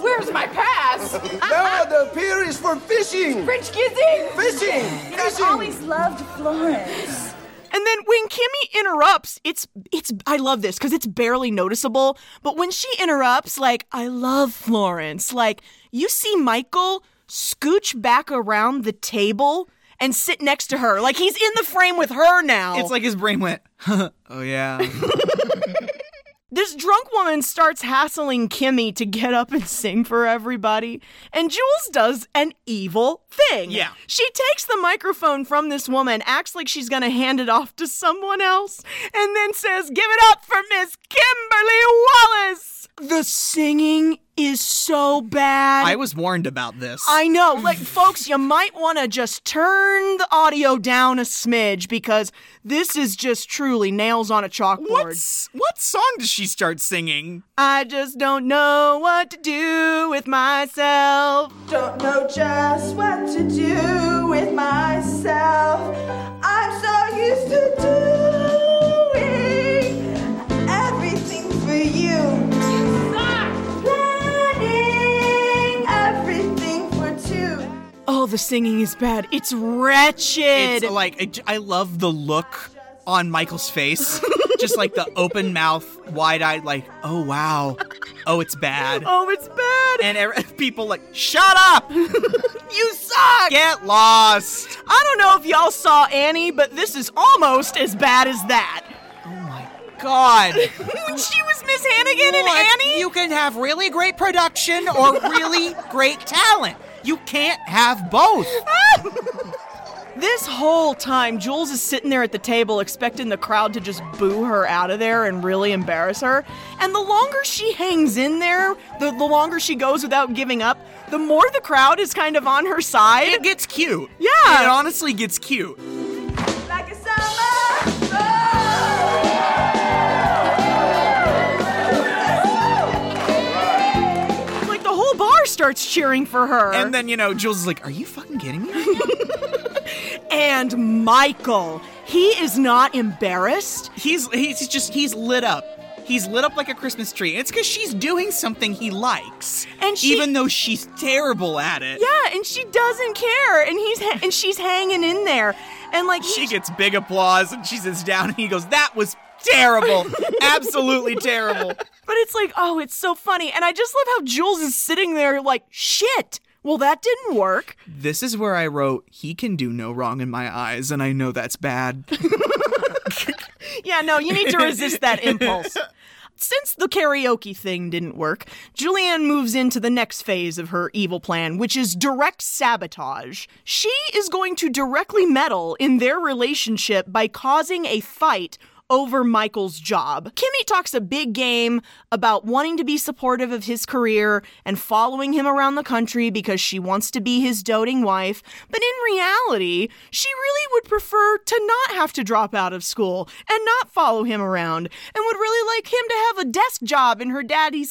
Speaker 20: Where's my pass?
Speaker 6: no, the pier is for fishing.
Speaker 20: French kissing.
Speaker 6: Fishing.
Speaker 20: You know, I've
Speaker 6: Fishing.
Speaker 20: always loved Florence.
Speaker 2: And then when Kimmy interrupts, it's it's I love this because it's barely noticeable. But when she interrupts, like I love Florence, like you see Michael scooch back around the table and sit next to her,
Speaker 18: [laughs]
Speaker 2: like he's in the frame with her now.
Speaker 18: It's like his brain went, oh yeah.
Speaker 2: This drunk woman starts hassling Kimmy to get up and sing for everybody, and Jules does an evil thing.
Speaker 1: Yeah.
Speaker 2: She takes the microphone from this woman, acts like she's gonna hand it off to someone else, and then says, Give it up for Miss Kimberly Wallace! The singing is so bad.
Speaker 1: I was warned about this.
Speaker 2: I know. Like, folks, you might want to just turn the audio down a smidge because this is just truly nails on a chalkboard.
Speaker 1: What's, what song does she start singing?
Speaker 2: I just don't know what to do with myself.
Speaker 7: Don't know just what to do with myself. I'm so used to doing everything for you. Planning everything for two.
Speaker 2: Oh, the singing is bad. It's wretched.
Speaker 1: It's like, I I love the look on Michael's face. Just like the open mouth, wide eyed, like, oh wow. Oh, it's bad.
Speaker 2: oh, it's bad.
Speaker 1: And
Speaker 18: er, [laughs]
Speaker 1: ev- people like, shut up!
Speaker 2: you suck.
Speaker 1: Get lost!
Speaker 2: I don't know if y'all saw Annie, but this is almost as bad as that. [laughs]
Speaker 1: God!
Speaker 2: when she was Miss Hannigan and
Speaker 1: What?
Speaker 2: Annie?
Speaker 1: You can have really great production or really great talent. You can't have both.
Speaker 2: This whole time, Jules is sitting there at the table expecting the crowd to just boo her out of there and really embarrass her. And the longer she hangs in there, the, the longer she goes without giving up, the more the crowd is kind of on her side.
Speaker 1: It gets cute.
Speaker 2: Yeah.
Speaker 1: It honestly gets cute.
Speaker 7: Like a summer.
Speaker 2: like the whole bar starts cheering for her.
Speaker 1: And then, you know, Jules is like, Are you fucking kidding me?
Speaker 2: [laughs] and Michael, he is not embarrassed.
Speaker 1: He's he's just he's lit up. He's lit up like a Christmas tree. It's because she's doing something he likes,
Speaker 2: And she-
Speaker 1: even though she's terrible at it,
Speaker 2: Yeah, and she doesn't care, and he's ha- and she's hanging in there, and like
Speaker 1: she gets big applause and she sits down and he goes, "That was
Speaker 2: [laughs]
Speaker 1: terrible, absolutely terrible."
Speaker 2: But it's like, oh, it's so funny. And I just love how Jules is sitting there like, shit, well, that didn't work.
Speaker 1: This is where I wrote, "He can do no wrong in my eyes," and I know that's bad.
Speaker 2: Yeah, no, you need to resist that impulse. Since the karaoke thing didn't work, Julianne moves into the next phase of her evil plan, which is direct sabotage. She is going to directly meddle in their relationship by causing a fight over Michael's job. Kimmy talks a big game about wanting to be supportive of his career and following him around the country because she wants to be his doting wife, but in reality, she really would prefer to not have to drop out of school and not follow him around and would really like him to have a desk job in her daddy's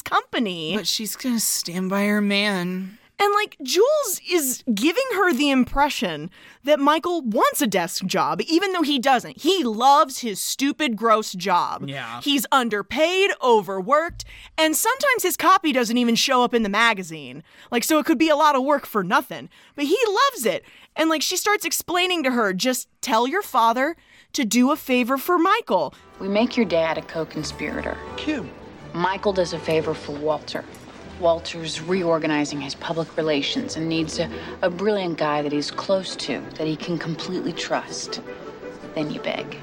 Speaker 1: [laughs]
Speaker 2: company.
Speaker 1: but she's gonna stand by her man.
Speaker 2: And like Jules is giving her the impression that Michael wants a desk job, even though he doesn't. He loves his stupid, gross job.
Speaker 1: Yeah.
Speaker 2: He's underpaid, overworked, and sometimes his copy doesn't even show up in the magazine. Like, so it could be a lot of work for nothing. But he loves it. And like she starts explaining to her, just tell your father to do a favor for Michael.
Speaker 20: We make your dad a co conspirator.
Speaker 21: Kim.
Speaker 20: Michael does a favor for Walter. Walter's reorganizing his public relations and needs a, a brilliant guy that he's close to, that he can completely trust. Then you beg.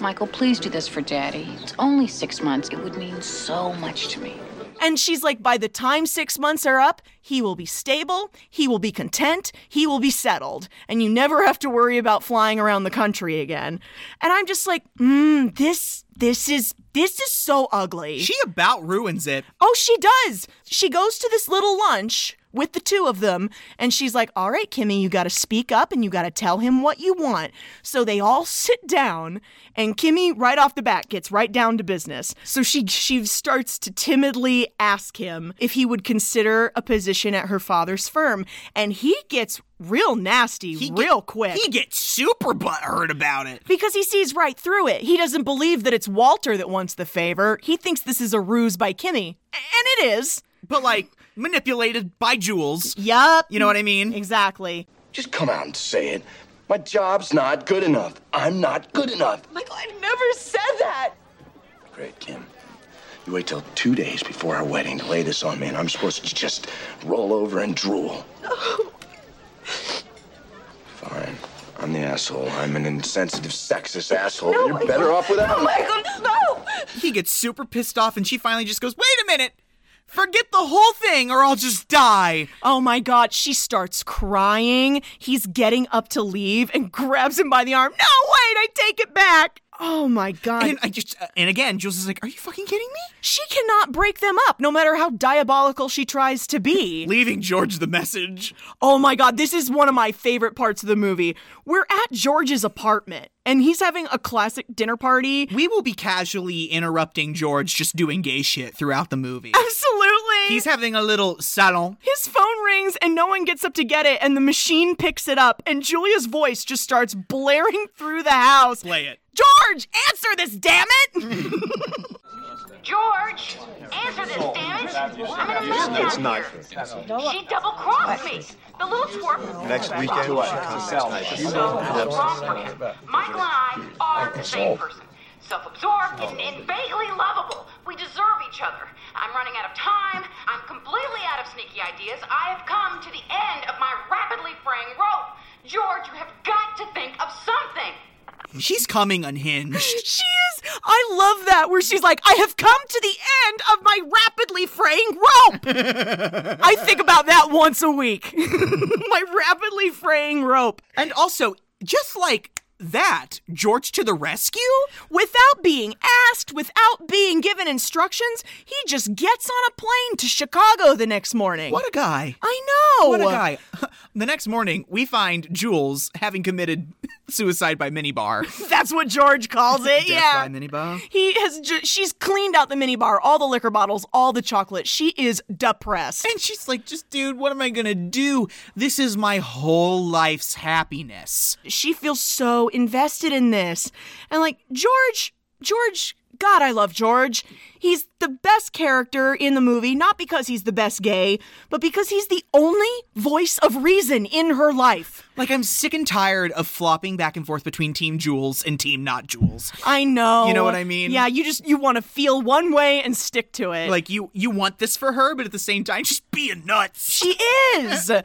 Speaker 20: Michael, please do this for Daddy. It's only six months. It would mean so much to me.
Speaker 2: And she's like, by the time six months are up, he will be stable, he will be content, he will be settled, and you never have to worry about flying around the country again. And I'm just like, mm, this, this is, this is so ugly.
Speaker 1: She about ruins it.
Speaker 2: oh, she does. She goes to this little lunch with the two of them, and she's like, all right, Kimmy, you got to speak up and you got to tell him what you want. So they all [laughs] sit down, and Kimmy, right off the bat, gets right down to business. So she she starts to timidly ask him if he would consider a position at her father's firm, and he gets real nasty
Speaker 1: He get-
Speaker 2: real quick.
Speaker 1: He gets super butthurt about it.
Speaker 2: because he sees right through it. He doesn't believe that it's Walter that wants the favor. He thinks this is a ruse by Kimmy. A- And it is.
Speaker 1: but like manipulated by Jules.
Speaker 2: Yup.
Speaker 1: You know what I mean?
Speaker 2: Exactly.
Speaker 19: Just come out and say it. My job's not good enough. I'm not good enough.
Speaker 7: Michael, I never said that.
Speaker 19: Great, Kim. You wait till two days before our wedding to lay this on me, and I'm supposed to just roll over and drool. Fine. I'm the asshole. I'm an insensitive, sexist asshole. You're better off without
Speaker 7: No,
Speaker 19: me.
Speaker 7: Michael, no!
Speaker 1: he gets super pissed off, and she finally just goes, "Wait a minute." Forget the whole thing or I'll just die.
Speaker 2: Oh my god, she starts crying. He's getting up to leave and grabs him by the arm. No, wait, I take it back. Oh my god.
Speaker 1: And I just uh, and again, Jules is like, "Are you fucking kidding me?"
Speaker 2: She cannot break them up no matter how diabolical she tries to be.
Speaker 1: Leaving George the message.
Speaker 2: Oh my god, this is one of my favorite parts of the movie. We're at George's apartment and he's having a classic dinner party.
Speaker 1: We will be casually interrupting George just doing gay shit throughout the movie.
Speaker 2: Absolutely.
Speaker 1: He's having a little salon.
Speaker 2: His phone rings and no one gets up to get it, and the machine picks it up, and Julia's voice just starts blaring through the house.
Speaker 1: Play it.
Speaker 2: George, answer this, damn it!
Speaker 22: George, answer this, damn it! I'm in a mess
Speaker 23: It's not
Speaker 22: here.
Speaker 23: good.
Speaker 22: She double crossed me. The little twerp.
Speaker 23: Next weekend,
Speaker 22: So
Speaker 23: she comes back. She will have
Speaker 22: wrong for him. Michael and I are the same person. Self-absorbed and, and vaguely lovable. We deserve each other. I'm running out of time. I'm completely out of sneaky ideas. I have come to the end of my rapidly fraying rope. George, you have got to think of something.
Speaker 1: She's coming unhinged.
Speaker 2: [laughs] She is. I love that where she's like, I have come to the end of my rapidly fraying rope. I think about that once a week. [laughs] my rapidly fraying rope.
Speaker 1: And also, just like that, George to the rescue?
Speaker 2: Without being asked, without being given instructions, he just gets on a plane to Chicago the next morning.
Speaker 1: What a guy.
Speaker 2: I know.
Speaker 1: What a [laughs] guy. The next morning, we find Jules having committed [laughs] suicide by minibar.
Speaker 2: [laughs] That's what George calls it.
Speaker 1: Death
Speaker 2: yeah.
Speaker 1: by minibar.
Speaker 2: He has. Ju- she's cleaned out the minibar, all the liquor bottles, all the chocolate. She is depressed.
Speaker 1: And she's like, just dude, what am I gonna do? This is my whole life's happiness.
Speaker 2: She feels so invested in this. And like, George, George, God, I love George. He's the best character in the movie, not because he's the best gay, but because he's the only voice of reason in her life.
Speaker 1: Like, I'm sick and tired of flopping back and forth between Team Jules and Team Not Jules. [laughs]
Speaker 2: I know.
Speaker 1: You know what I mean?
Speaker 2: Yeah, you just you want to feel one way and stick to it.
Speaker 1: Like, you you want this for her, but at the same time, she's being nuts.
Speaker 2: She
Speaker 1: [laughs]
Speaker 2: is. and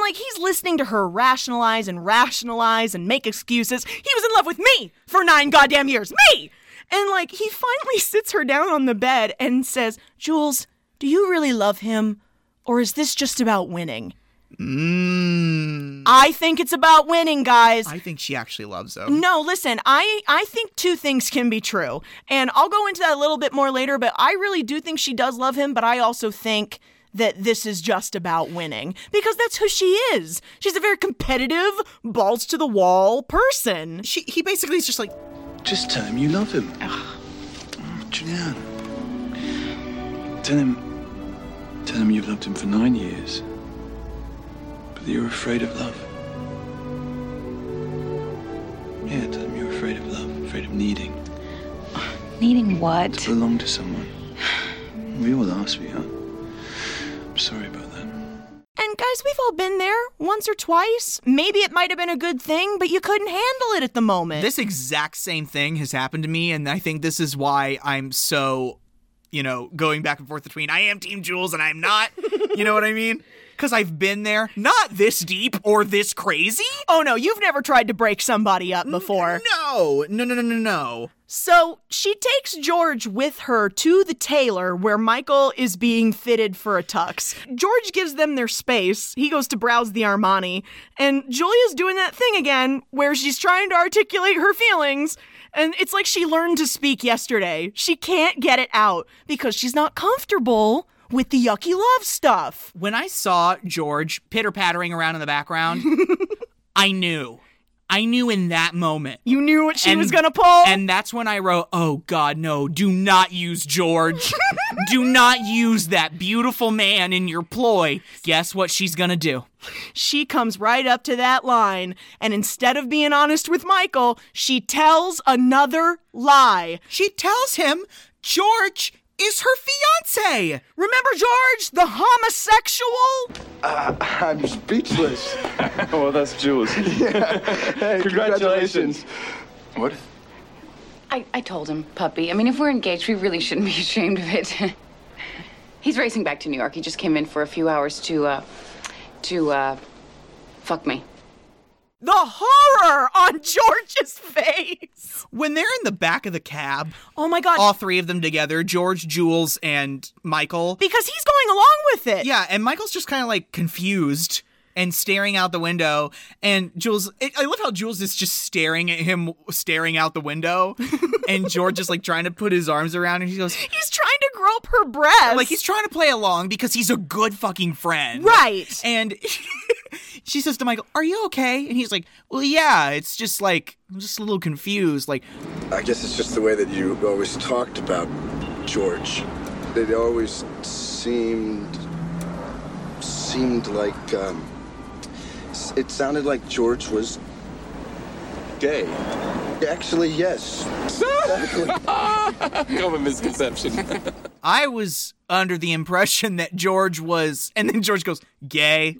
Speaker 2: like he's listening to her rationalize and rationalize and make excuses. He was in love with me for nine goddamn years. Me! And like he finally [laughs] sits her down on the bed and says, Jules, do you really love him? Or is this just about winning?
Speaker 1: Mm.
Speaker 2: I think it's about winning, guys.
Speaker 1: I think she actually loves him.
Speaker 2: No, listen, I I think two things can be true. And I'll go into that a little bit more later, but I really do think she does love him, but I also think that this is just about winning because that's who she is. She's a very competitive, balls to the wall person.
Speaker 1: She he basically is just like
Speaker 19: Just tell him you love him. Julianne. Tell him. Tell him you've loved him for nine years. But that you're afraid of love. Yeah, tell him you're afraid of love, afraid of needing.
Speaker 20: Needing what?
Speaker 19: To belong to someone. We all are, sweetheart. I'm sorry about that.
Speaker 2: And guys, we've all been there once or twice. Maybe it might have been a good thing, but you couldn't handle it at the moment.
Speaker 1: This exact same thing has happened to me, and I think this is why I'm so, you know, going back and forth between I am Team Jules and I'm not. you know what I mean? Because I've been there, not this deep or this crazy.
Speaker 2: Oh no, you've never tried to break somebody up before.
Speaker 1: No, no, no, no, no, no.
Speaker 2: So she takes George with her to the tailor where Michael is being fitted for a tux. George gives them their space. He goes to browse the Armani, and Julia's doing that thing again where she's trying to articulate her feelings. And it's like she learned to speak yesterday. She can't get it out because she's not comfortable with the yucky love stuff.
Speaker 1: When I saw George pitter pattering around in the background, I knew. I knew in that moment.
Speaker 2: You knew what she was going to pull.
Speaker 1: [laughs] And that's when I wrote, oh God, no, do not use George. do not use that beautiful man in your ploy. Guess what she's gonna do?
Speaker 2: she comes right up to that line, and instead of being honest with Michael, she tells another lie.
Speaker 1: She tells him George is her fiance.
Speaker 2: Remember George, the homosexual?
Speaker 3: Uh, I'm speechless.
Speaker 23: [laughs] well, that's
Speaker 24: [laughs]
Speaker 23: Jules.
Speaker 3: Hey,
Speaker 23: Congratulations.
Speaker 19: What?
Speaker 20: I, I told him, puppy. I mean, if we're engaged, we really shouldn't be [laughs] ashamed of it. [laughs] He's racing back to New York. He just came in for a few hours to, uh, to, uh, fuck me.
Speaker 2: [laughs] The horror on George's face.
Speaker 1: when they're in the back of the cab.
Speaker 2: Oh my god.
Speaker 1: All three of them together, George, Jules, and Michael.
Speaker 2: Because he's going along with it.
Speaker 1: Yeah, and Michael's just kind of like confused and staring out the window and Jules it, I love how Jules is just staring at him staring out the window and George is like trying to put his arms around her. He goes
Speaker 2: He's trying to grope her breast.
Speaker 1: like he's trying to play along because he's a good fucking friend.
Speaker 2: Right.
Speaker 1: And [laughs] she says to Michael, "Are you okay?" And he's like, "Well, yeah, it's just like I'm just a little confused like
Speaker 24: I guess it's just the way that you always talked about George. It always seemed seemed like um, s- it sounded like George was gay. Actually, yes. Exactly.
Speaker 23: Common misconception.
Speaker 1: I was under the impression that George was, and then George goes, gay.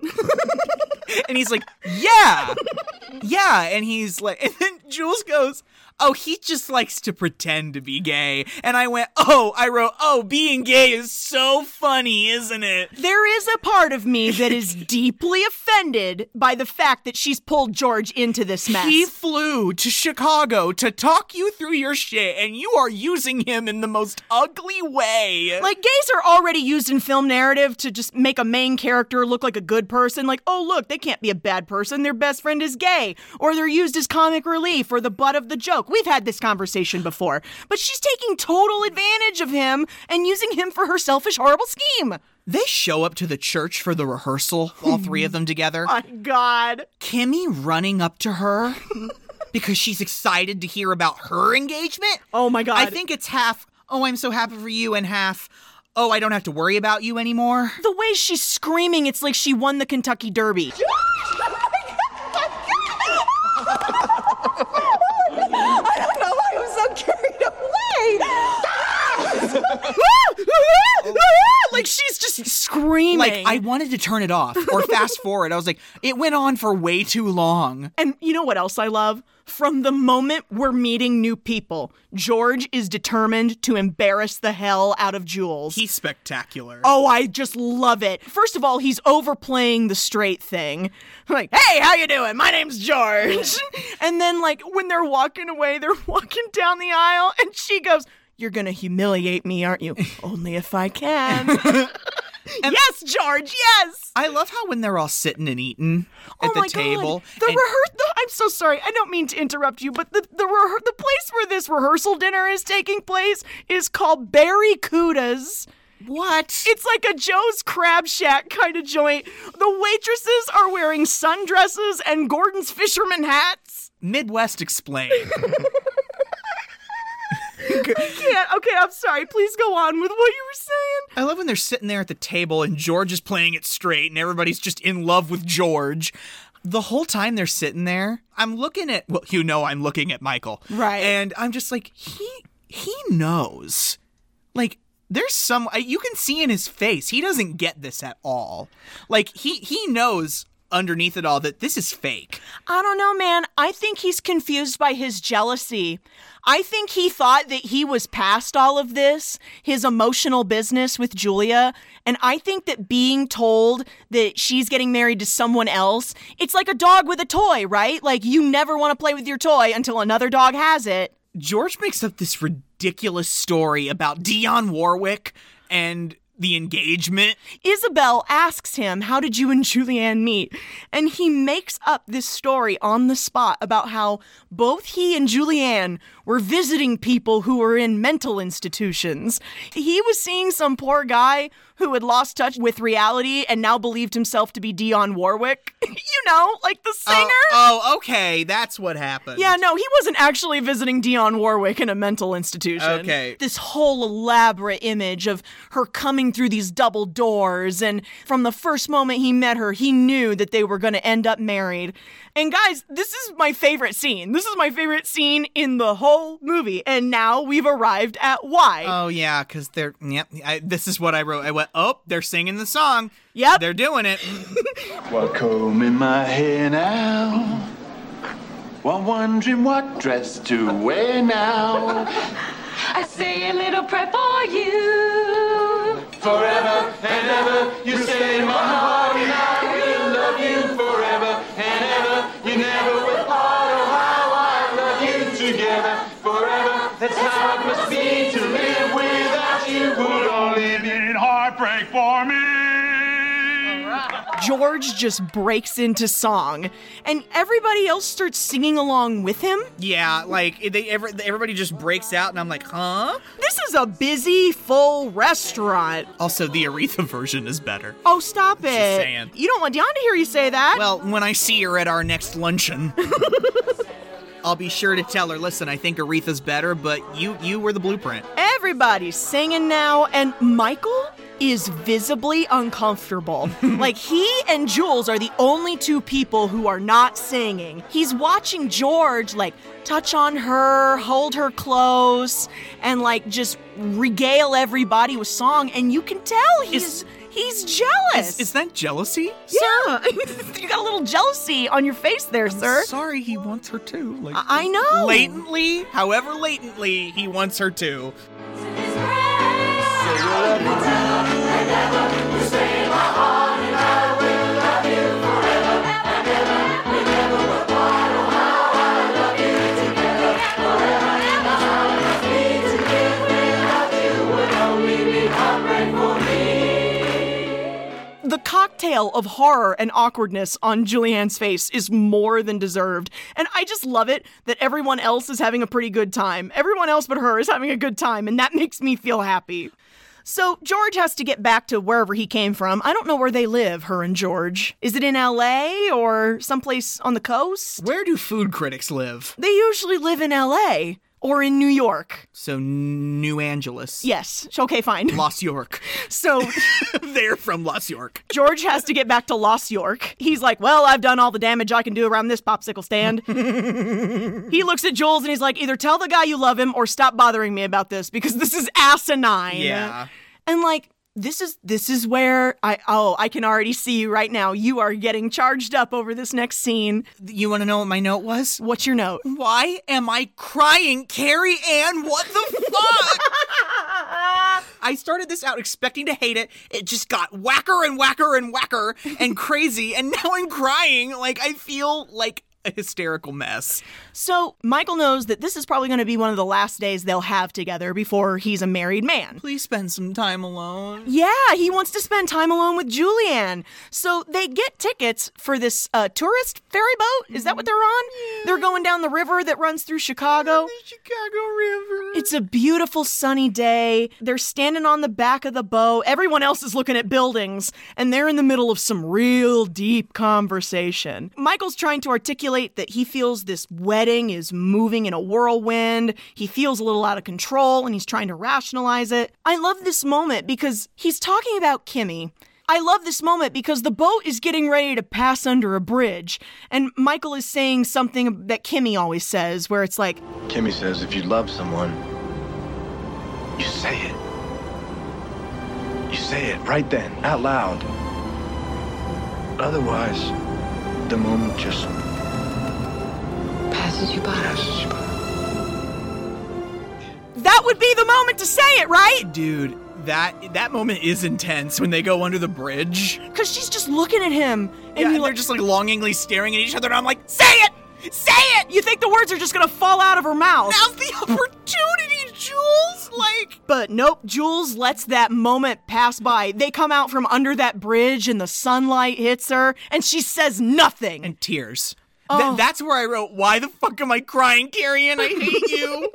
Speaker 1: [laughs] and he's like, yeah, yeah. And he's like, and then Jules goes, oh, he just likes to pretend to be gay. And I went, oh, I wrote, oh, being gay is so funny, isn't it?
Speaker 2: There is a part of me that [laughs] is deeply offended by the fact that she's pulled George into this mess.
Speaker 1: He flew to Chicago to talk you through your shit, and you are using him in the most ugly way.
Speaker 2: Like, gays are already used in film narrative to just make a main character look like a good person. Like, oh, look, they can't be a bad person. Their best friend is gay. Or they're used as comic relief or the butt of the joke. We've had this conversation before. But she's taking total advantage of him and using him for her selfish, horrible scheme.
Speaker 1: They show up to the church for the rehearsal, all three of them
Speaker 2: [laughs]
Speaker 1: together.
Speaker 2: My God.
Speaker 1: Kimmy running up to her [laughs] because she's excited to hear about her engagement.
Speaker 2: Oh my God.
Speaker 1: I think it's half, oh, I'm so happy for you, and half, oh, I don't have to worry about you anymore.
Speaker 2: The way she's screaming, it's like she won the Kentucky
Speaker 7: [laughs]
Speaker 2: Derby.
Speaker 7: I don't know why I'm so carried away.
Speaker 2: [laughs] like she's just screaming.
Speaker 1: Like, I wanted to turn it off or fast [laughs] forward. I was like, it went on for way too long.
Speaker 2: And you know what else I love? From the moment we're meeting new people, George is determined to embarrass the hell out of Jules.
Speaker 1: He's spectacular.
Speaker 2: Oh, I just love it. First of all, he's overplaying the straight thing. [laughs] Like, hey, how you doing? My name's George. [laughs] and then like when they're walking away, they're [laughs] walking down the aisle and she goes, You're gonna humiliate me, aren't you? Only if I can. yes, George, yes.
Speaker 1: I love how when they're all sitting and eating at
Speaker 2: oh
Speaker 1: the
Speaker 2: my
Speaker 1: table.
Speaker 2: God. The
Speaker 1: and-
Speaker 2: rehearsal. I'm so sorry. I don't mean to interrupt you, but the the, rehe- the place where this rehearsal dinner is taking place is called Barry Cuda's.
Speaker 1: What?
Speaker 2: It's like a Joe's Crab Shack kind of joint. The waitresses are wearing sundresses and Gordon's fisherman hats.
Speaker 1: Midwest explained.
Speaker 2: Yeah, okay, I'm sorry. Please go on with what you were saying.
Speaker 1: I love when they're sitting there at the table and George is playing it straight and everybody's just in love with George. The whole time they're sitting there, I'm looking at well, you know I'm looking at Michael.
Speaker 2: Right.
Speaker 1: And I'm just like, he he knows. Like there's some I- you can see in his face, he doesn't get this at all. Like he he knows underneath it all that this is fake.
Speaker 2: I don't know, man. I think he's confused by his jealousy. I think he thought that he was past all of this, his emotional business with Julia. And I think that being told that she's getting married to someone else, it's like a dog with a toy, right? Like you never want to play with your toy until another dog has it.
Speaker 1: George makes up this ridiculous story about Dionne Warwick and the engagement.
Speaker 2: Isabel asks him, How did you and Julianne meet? And he makes up this story on the spot about how both he and Julianne were visiting people who were in mental institutions. He was seeing some poor guy who had lost touch with reality and now believed himself to be Dionne Warwick. [laughs] you know, like the singer.
Speaker 1: Oh, oh, okay, that's what happened.
Speaker 2: Yeah, no, he wasn't actually visiting Dionne Warwick in a mental institution.
Speaker 1: Okay.
Speaker 2: This whole elaborate image of her coming through these double doors, and from the first moment he met her, he knew that they were going to end up married. And guys, this is my favorite scene. This is my favorite scene in the whole movie. And now we've arrived at why.
Speaker 1: Oh yeah, because they're yep. I, this is what I wrote. I went, oh, they're singing the song.
Speaker 2: Yep.
Speaker 1: they're doing it.
Speaker 25: While combing my hair now, while wondering what dress to wear now,
Speaker 8: I say a little prayer for you.
Speaker 25: forever and ever, you stay in my heart, and I will love you forever and ever. You never will part. Oh, how I love you together, Forever, that's how it must be to live without you. Would only mean heartbreak for me.
Speaker 2: George just breaks into song, and everybody else starts singing along with him.
Speaker 1: Yeah, like they every, everybody just breaks out, and I'm like, huh?
Speaker 2: This is a busy, full restaurant.
Speaker 1: Also, the Aretha version is better.
Speaker 2: Oh, stop it!
Speaker 1: saying.
Speaker 2: You don't want Dion to hear you say that.
Speaker 1: Well, when I see her at our next
Speaker 2: [laughs]
Speaker 1: luncheon, I'll be sure to tell her. Listen, I think Aretha's better, but you you were the blueprint.
Speaker 2: Everybody's singing now, and Michael is visibly
Speaker 1: [laughs]
Speaker 2: uncomfortable. like, he and Jules are the only two people who are not singing. He's watching George, like, touch on her, hold her close, and, like, just regale everybody with song, and you can tell he's. He's jealous.
Speaker 1: Is that jealousy?
Speaker 2: yeah, [laughs] you got a little jealousy on your face there, sir.
Speaker 1: Sorry, he wants her too. Like
Speaker 2: I I know.
Speaker 1: latently, however latently, he wants her to.
Speaker 2: The cocktail of horror and awkwardness on Julianne's face is more than deserved. And I just love it that everyone else is having a pretty good time. Everyone else but her is having a good time, and that [laughs] makes me feel happy. So George has to get back to wherever he came from. I don't know where they live, her and George. Is it in LA or someplace on the coast?
Speaker 1: Where do food critics live?
Speaker 2: They usually live in LA or in New York.
Speaker 1: So New Angeles.
Speaker 2: Yes. Okay, fine.
Speaker 1: Los York.
Speaker 2: [laughs]
Speaker 1: [laughs]
Speaker 2: So
Speaker 1: They're from Los York.
Speaker 2: George has to get back to Los York. He's like, Well, I've done all the damage I can do around this popsicle stand. he looks at Jules and he's like, Either tell the guy you love him or stop bothering me about this because this is asinine.
Speaker 1: Yeah.
Speaker 2: And like, this is this is where I oh I can already see you right now. You are getting charged up over this next scene.
Speaker 1: You want to know what my note was?
Speaker 2: What's your note?
Speaker 1: Why am I crying, Carrie Ann? What the fuck? I started this out expecting to hate it. It just got whacker and whacker and whacker and crazy, and now I'm crying. Like, I feel like a hysterical mess.
Speaker 2: So Michael knows that this is probably going to be one of the last days they'll have together before he's a married man.
Speaker 1: Please spend some time alone.
Speaker 2: Yeah, he wants to spend time alone with Julianne. So they get tickets for this uh, tourist ferry boat. Is that what they're on? They're going down the river that runs through Chicago.
Speaker 1: Chicago River.
Speaker 2: It's a beautiful sunny day. They're standing on the back of the boat. Everyone else is looking at buildings, and they're in the middle of some real deep conversation. Michael's trying to articulate that he feels this wedding is moving in a whirlwind. He feels a little out of control, and he's trying to rationalize it. I love this moment because he's talking about Kimmy. I love this moment because the boat is getting ready to pass under a bridge, and Michael is saying something that Kimmy always says, where it's like,
Speaker 25: Kimmy says if you love someone, you say it. You say it right then, out loud. Otherwise, the moment just
Speaker 20: Passes you by.
Speaker 25: passes you by.
Speaker 2: That would be the moment to say it, right?
Speaker 1: Dude, that that moment is intense when they go under the bridge.
Speaker 2: Because she's just looking at him, and
Speaker 1: yeah,
Speaker 2: you
Speaker 1: and they're
Speaker 2: like,
Speaker 1: just like longingly staring at each other, and I'm like, say it! Say it!
Speaker 2: you think the words are just gonna fall out of her mouth.
Speaker 1: Now's the [laughs] opportunity, Jules! Like,
Speaker 2: But nope, Jules lets that moment pass by. They come out from under that bridge, and the sunlight hits her, and she says nothing.
Speaker 1: and tears.
Speaker 2: Oh.
Speaker 1: Th- that's where I wrote, Why the fuck am I crying, Carrie Ann? I hate
Speaker 2: [laughs]
Speaker 1: you.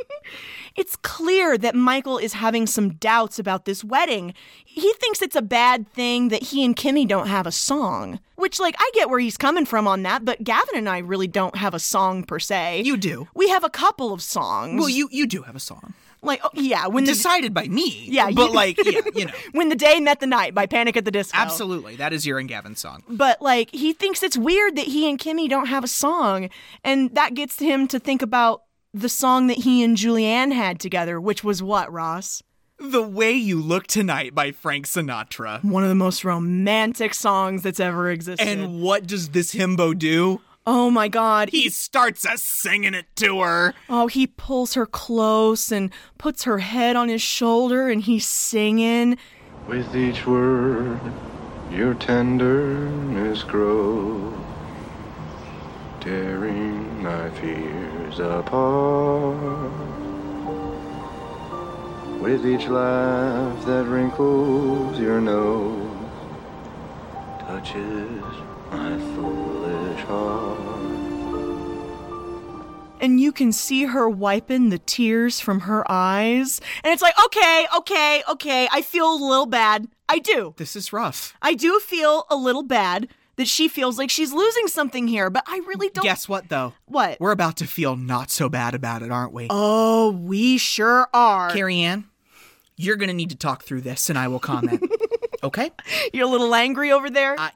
Speaker 2: It's clear that Michael is having some doubts about this wedding. He thinks it's a bad thing that he and Kimmy don't have a song. Which, like, I get where he's coming from on that, but Gavin and I really don't have a song per se.
Speaker 1: you do.
Speaker 2: we have a couple of songs.
Speaker 1: Well, you you do have a song.
Speaker 2: like, oh, yeah, when the
Speaker 1: Decided by me.
Speaker 2: Yeah,
Speaker 1: But
Speaker 2: you-
Speaker 1: like,
Speaker 2: [laughs]
Speaker 1: yeah, you know.
Speaker 2: When the Day Met the Night by Panic at the Disco.
Speaker 1: Absolutely. That is your and Gavin's song.
Speaker 2: But like he thinks it's weird that he and Kimmy don't have a song and that gets him to think about the song that he and Julianne had together, which was what, Ross?
Speaker 1: The Way You Look Tonight by Frank Sinatra.
Speaker 2: One of the most romantic songs that's ever existed.
Speaker 1: And what does this himbo do?
Speaker 2: oh my god.
Speaker 1: He starts us singing it to her.
Speaker 2: Oh, he pulls her close and puts her head on his shoulder and he's singing.
Speaker 3: With each word, your tenderness grows, tearing
Speaker 25: our fears apart. With each laugh that wrinkles your nose, touches my foolish heart.
Speaker 2: and you can see her wiping the tears from her eyes. And it's like, okay, okay, okay, I feel a little bad. I do.
Speaker 1: This is rough.
Speaker 2: I do feel a little bad that she feels like she's losing something here, but I really don't.
Speaker 1: Guess what, though?
Speaker 2: What?
Speaker 1: We're about to feel not so bad about it, aren't we?
Speaker 2: Oh, we sure are.
Speaker 1: Carrie Ann, you're going to need to talk through this and I will
Speaker 2: [laughs]
Speaker 1: comment. okay?
Speaker 2: You're a little angry over there.
Speaker 1: I,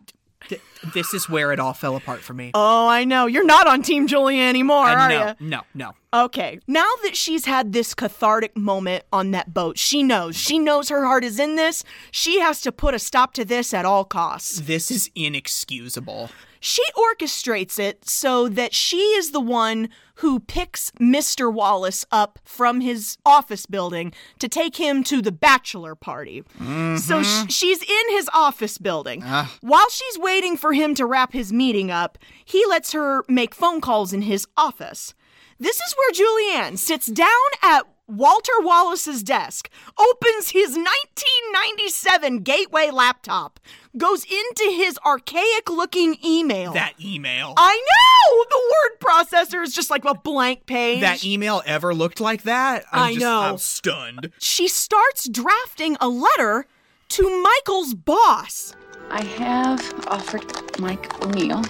Speaker 1: th- this is where it all fell apart for me.
Speaker 2: Oh, I know. You're not on Team Julia anymore,
Speaker 1: And
Speaker 2: are
Speaker 1: no,
Speaker 2: you?
Speaker 1: no, no.
Speaker 2: Okay. Now that she's had this cathartic moment on that boat, she knows. She knows her heart is in this. She has to put a stop to this at all costs.
Speaker 1: This is inexcusable.
Speaker 2: She orchestrates it so that she is the one who picks Mr. Wallace up from his office building to take him to the bachelor party. So
Speaker 1: Mm-hmm.
Speaker 2: sh- she's in his office building.
Speaker 1: Uh.
Speaker 2: While she's waiting for him to wrap his meeting up, he lets her make phone calls in his office. This is where Julianne sits down at Walter Wallace's desk, opens his 1997 Gateway laptop, goes into his archaic looking email.
Speaker 1: That email.
Speaker 2: I know! The word processor is just like a blank page.
Speaker 1: that e email ever looked like that? I'm
Speaker 2: I
Speaker 1: just,
Speaker 2: know.
Speaker 1: I'm stunned.
Speaker 2: she starts drafting a letter to Michael's boss.
Speaker 11: I have offered Mike O'Neill,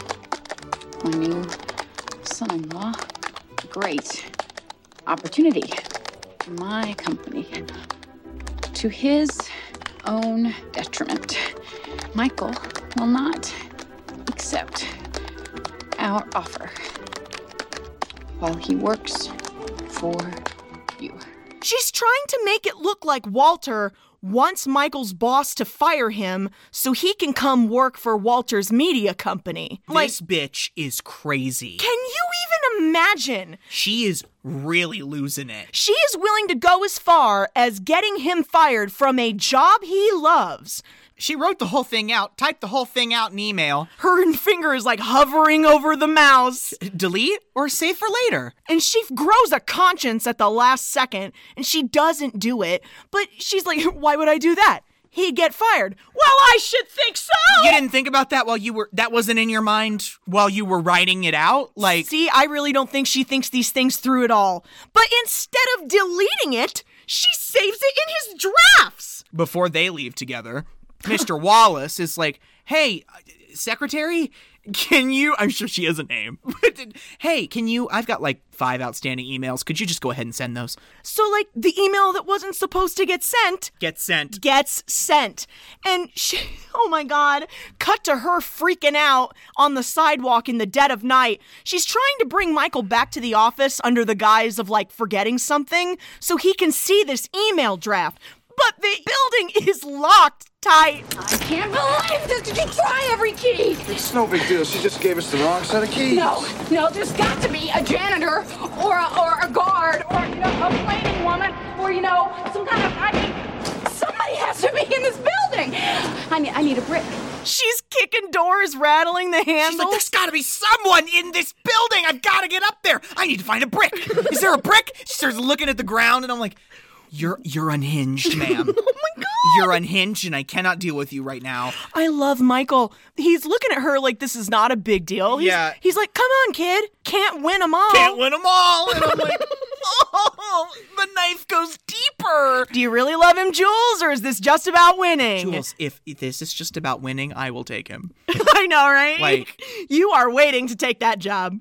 Speaker 11: my new son in law, a great opportunity in my company to his own detriment. Michael will not accept our offer while he works for
Speaker 2: She's trying to make it look like Walter wants Michael's boss to fire him so he can come work for Walter's media company. Like,
Speaker 1: this bitch is crazy.
Speaker 2: can you even imagine?
Speaker 1: She is really losing it.
Speaker 2: She is willing to go as far as getting him fired from a job he loves.
Speaker 1: She wrote the whole thing out, typed the whole thing out in email.
Speaker 2: Her [laughs] finger is like hovering over the mouse.
Speaker 1: Delete or save for later.
Speaker 2: And she grows a conscience at the last second and she doesn't do it. But she's like, [laughs] why would I do that? He'd get fired. Well, I should think so.
Speaker 1: You didn't think about that while you were that wasn't in your mind while you were writing it out? Like
Speaker 2: See, I really don't think she thinks these things through at all. But instead of deleting it, she saves it in his drafts.
Speaker 1: before they leave together, Mr. [laughs] Wallace is like, "Hey, secretary, can you I'm sure she has a name. [laughs] But hey, can you I've got like five outstanding emails. Could you just go ahead and send those?"
Speaker 2: So, like, the email that wasn't supposed to get sent
Speaker 1: Get sent.
Speaker 2: gets sent. And she, [laughs] oh my God, cut to her freaking out on the sidewalk in the dead of night. She's trying to bring Michael back to the office under the guise of like forgetting something so he can see this email draft. But the building is locked tight.
Speaker 8: I can't believe this. Did you try every key?
Speaker 24: It's no big deal. She just gave us the wrong set of keys.
Speaker 8: No, no, there's got to be a janitor or a, or a guard or, you know, a cleaning woman or, you know, some kind of, I mean, somebody has to be in this building. I need, I need a brick.
Speaker 2: She's kicking doors, rattling the handle.
Speaker 1: She's like, there's gotta be someone in this building. I've gotta get up there. I need to find a brick. Is there a brick? She starts looking at the ground, and I'm like, you're you're [laughs] unhinged, ma'am. oh my god. You're unhinged, and I cannot deal with you right now.
Speaker 2: I love Michael. He's looking at her like this is not a big deal. He's,
Speaker 1: Yeah.
Speaker 2: He's like, come on, kid. Can't win them all.
Speaker 1: Can't win them all. And I'm [laughs] like, oh, the knife goes deeper.
Speaker 2: Do you really love him, Jules, or is this just about winning?
Speaker 1: Jules, if this is just about winning, I will take him.
Speaker 2: [laughs] I know, right?
Speaker 1: Like-
Speaker 2: you are waiting to take that job.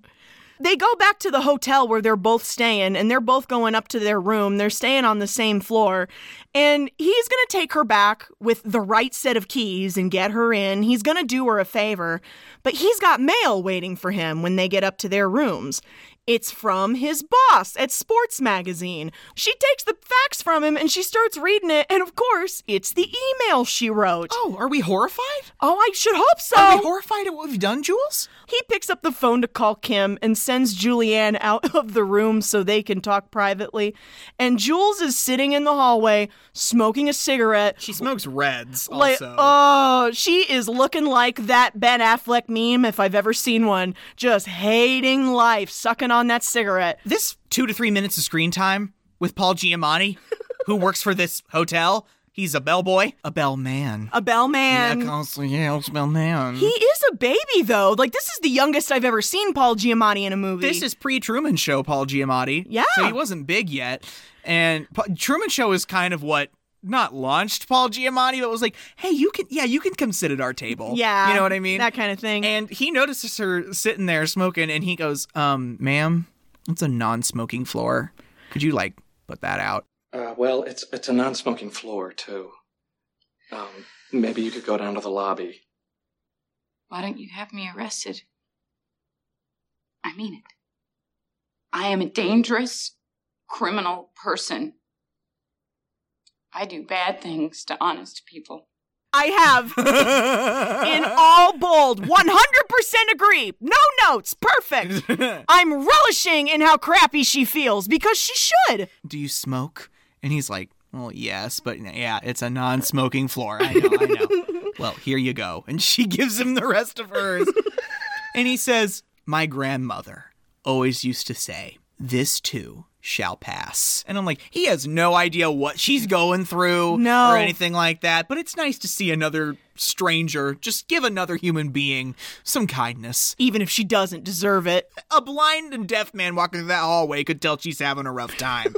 Speaker 2: They go back to the hotel where they're both staying and they're both going up to their room. They're staying on the same floor. And he's going to take her back with the right set of keys and get her in. He's going to do her a favor. But he's got mail waiting for him when they get up to their rooms. It's from his boss at Sports Magazine. She takes the facts from him and she starts reading it, and of course, it's the email she wrote.
Speaker 1: Oh, are we horrified?
Speaker 2: Oh, I should hope so.
Speaker 1: Are we horrified at what we've done, Jules?
Speaker 2: He picks up the phone to call Kim and sends Julianne out [laughs] of the room so they can talk privately. And Jules is sitting in the hallway smoking a cigarette.
Speaker 1: She smokes reds also.
Speaker 2: Like, oh, she is looking like that Ben Affleck meme if I've ever seen one. Just hating life, sucking on that cigarette.
Speaker 1: This two to three minutes of screen time with Paul [laughs] Giamatti, who works for this hotel. He's a bellboy, Um, a bellman,
Speaker 2: a bellman.
Speaker 1: Yeah, concierge bellman.
Speaker 2: He is a baby though. Like this is the youngest I've ever seen Paul Giamatti in a movie.
Speaker 1: This is pre Truman Show Paul Giamatti.
Speaker 2: Yeah,
Speaker 1: so he wasn't big yet. And pa- Truman Show is kind of what not launched Paul Giamatti, but was like, "Hey, you can, yeah, you can come sit at our table."
Speaker 2: Yeah,
Speaker 1: you know what I mean,
Speaker 2: that kind of thing.
Speaker 1: And he notices her sitting there smoking, and he goes, "Um, ma'am, it's a non-smoking floor. Could you like put that out?"
Speaker 26: Uh, well, it's it's a non-smoking floor too. Um, maybe you could go down to the lobby.
Speaker 20: Why don't you have me arrested? I mean it. I am a dangerous criminal person. I do bad things to honest people.
Speaker 2: I have
Speaker 1: [laughs]
Speaker 2: in all bold, 100% agree. No notes,
Speaker 1: [laughs]
Speaker 2: perfect. I'm relishing in how crappy she feels because she should.
Speaker 1: Do you smoke? And he's like, well, yes, but yeah, it's a non smoking floor. I know, I know. well, here you go. And she gives him the rest of hers. and he says, My grandmother always used to say, This too shall pass. And I'm like, he has no idea what she's going through
Speaker 2: no.
Speaker 1: or anything like that. But it's nice to see another stranger just give another human being some kindness.
Speaker 2: Even if she doesn't deserve it.
Speaker 1: A blind and deaf man walking through that hallway could tell she's having a rough time.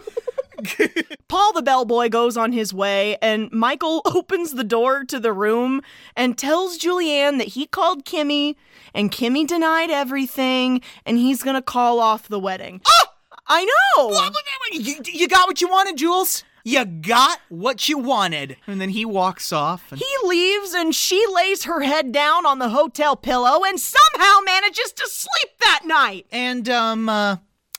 Speaker 2: Paul the bellboy goes on his way, and Michael [laughs] opens the door to the room and tells Julianne that he called Kimmy, and Kimmy denied everything, and he's gonna call off the wedding.
Speaker 1: Oh!
Speaker 2: I know!
Speaker 1: You, you got what you wanted, Jules? You got what you wanted. And then he walks off. And-
Speaker 2: he leaves, and she lays her head down on the hotel pillow and somehow manages to sleep that night.
Speaker 1: And, um, uh,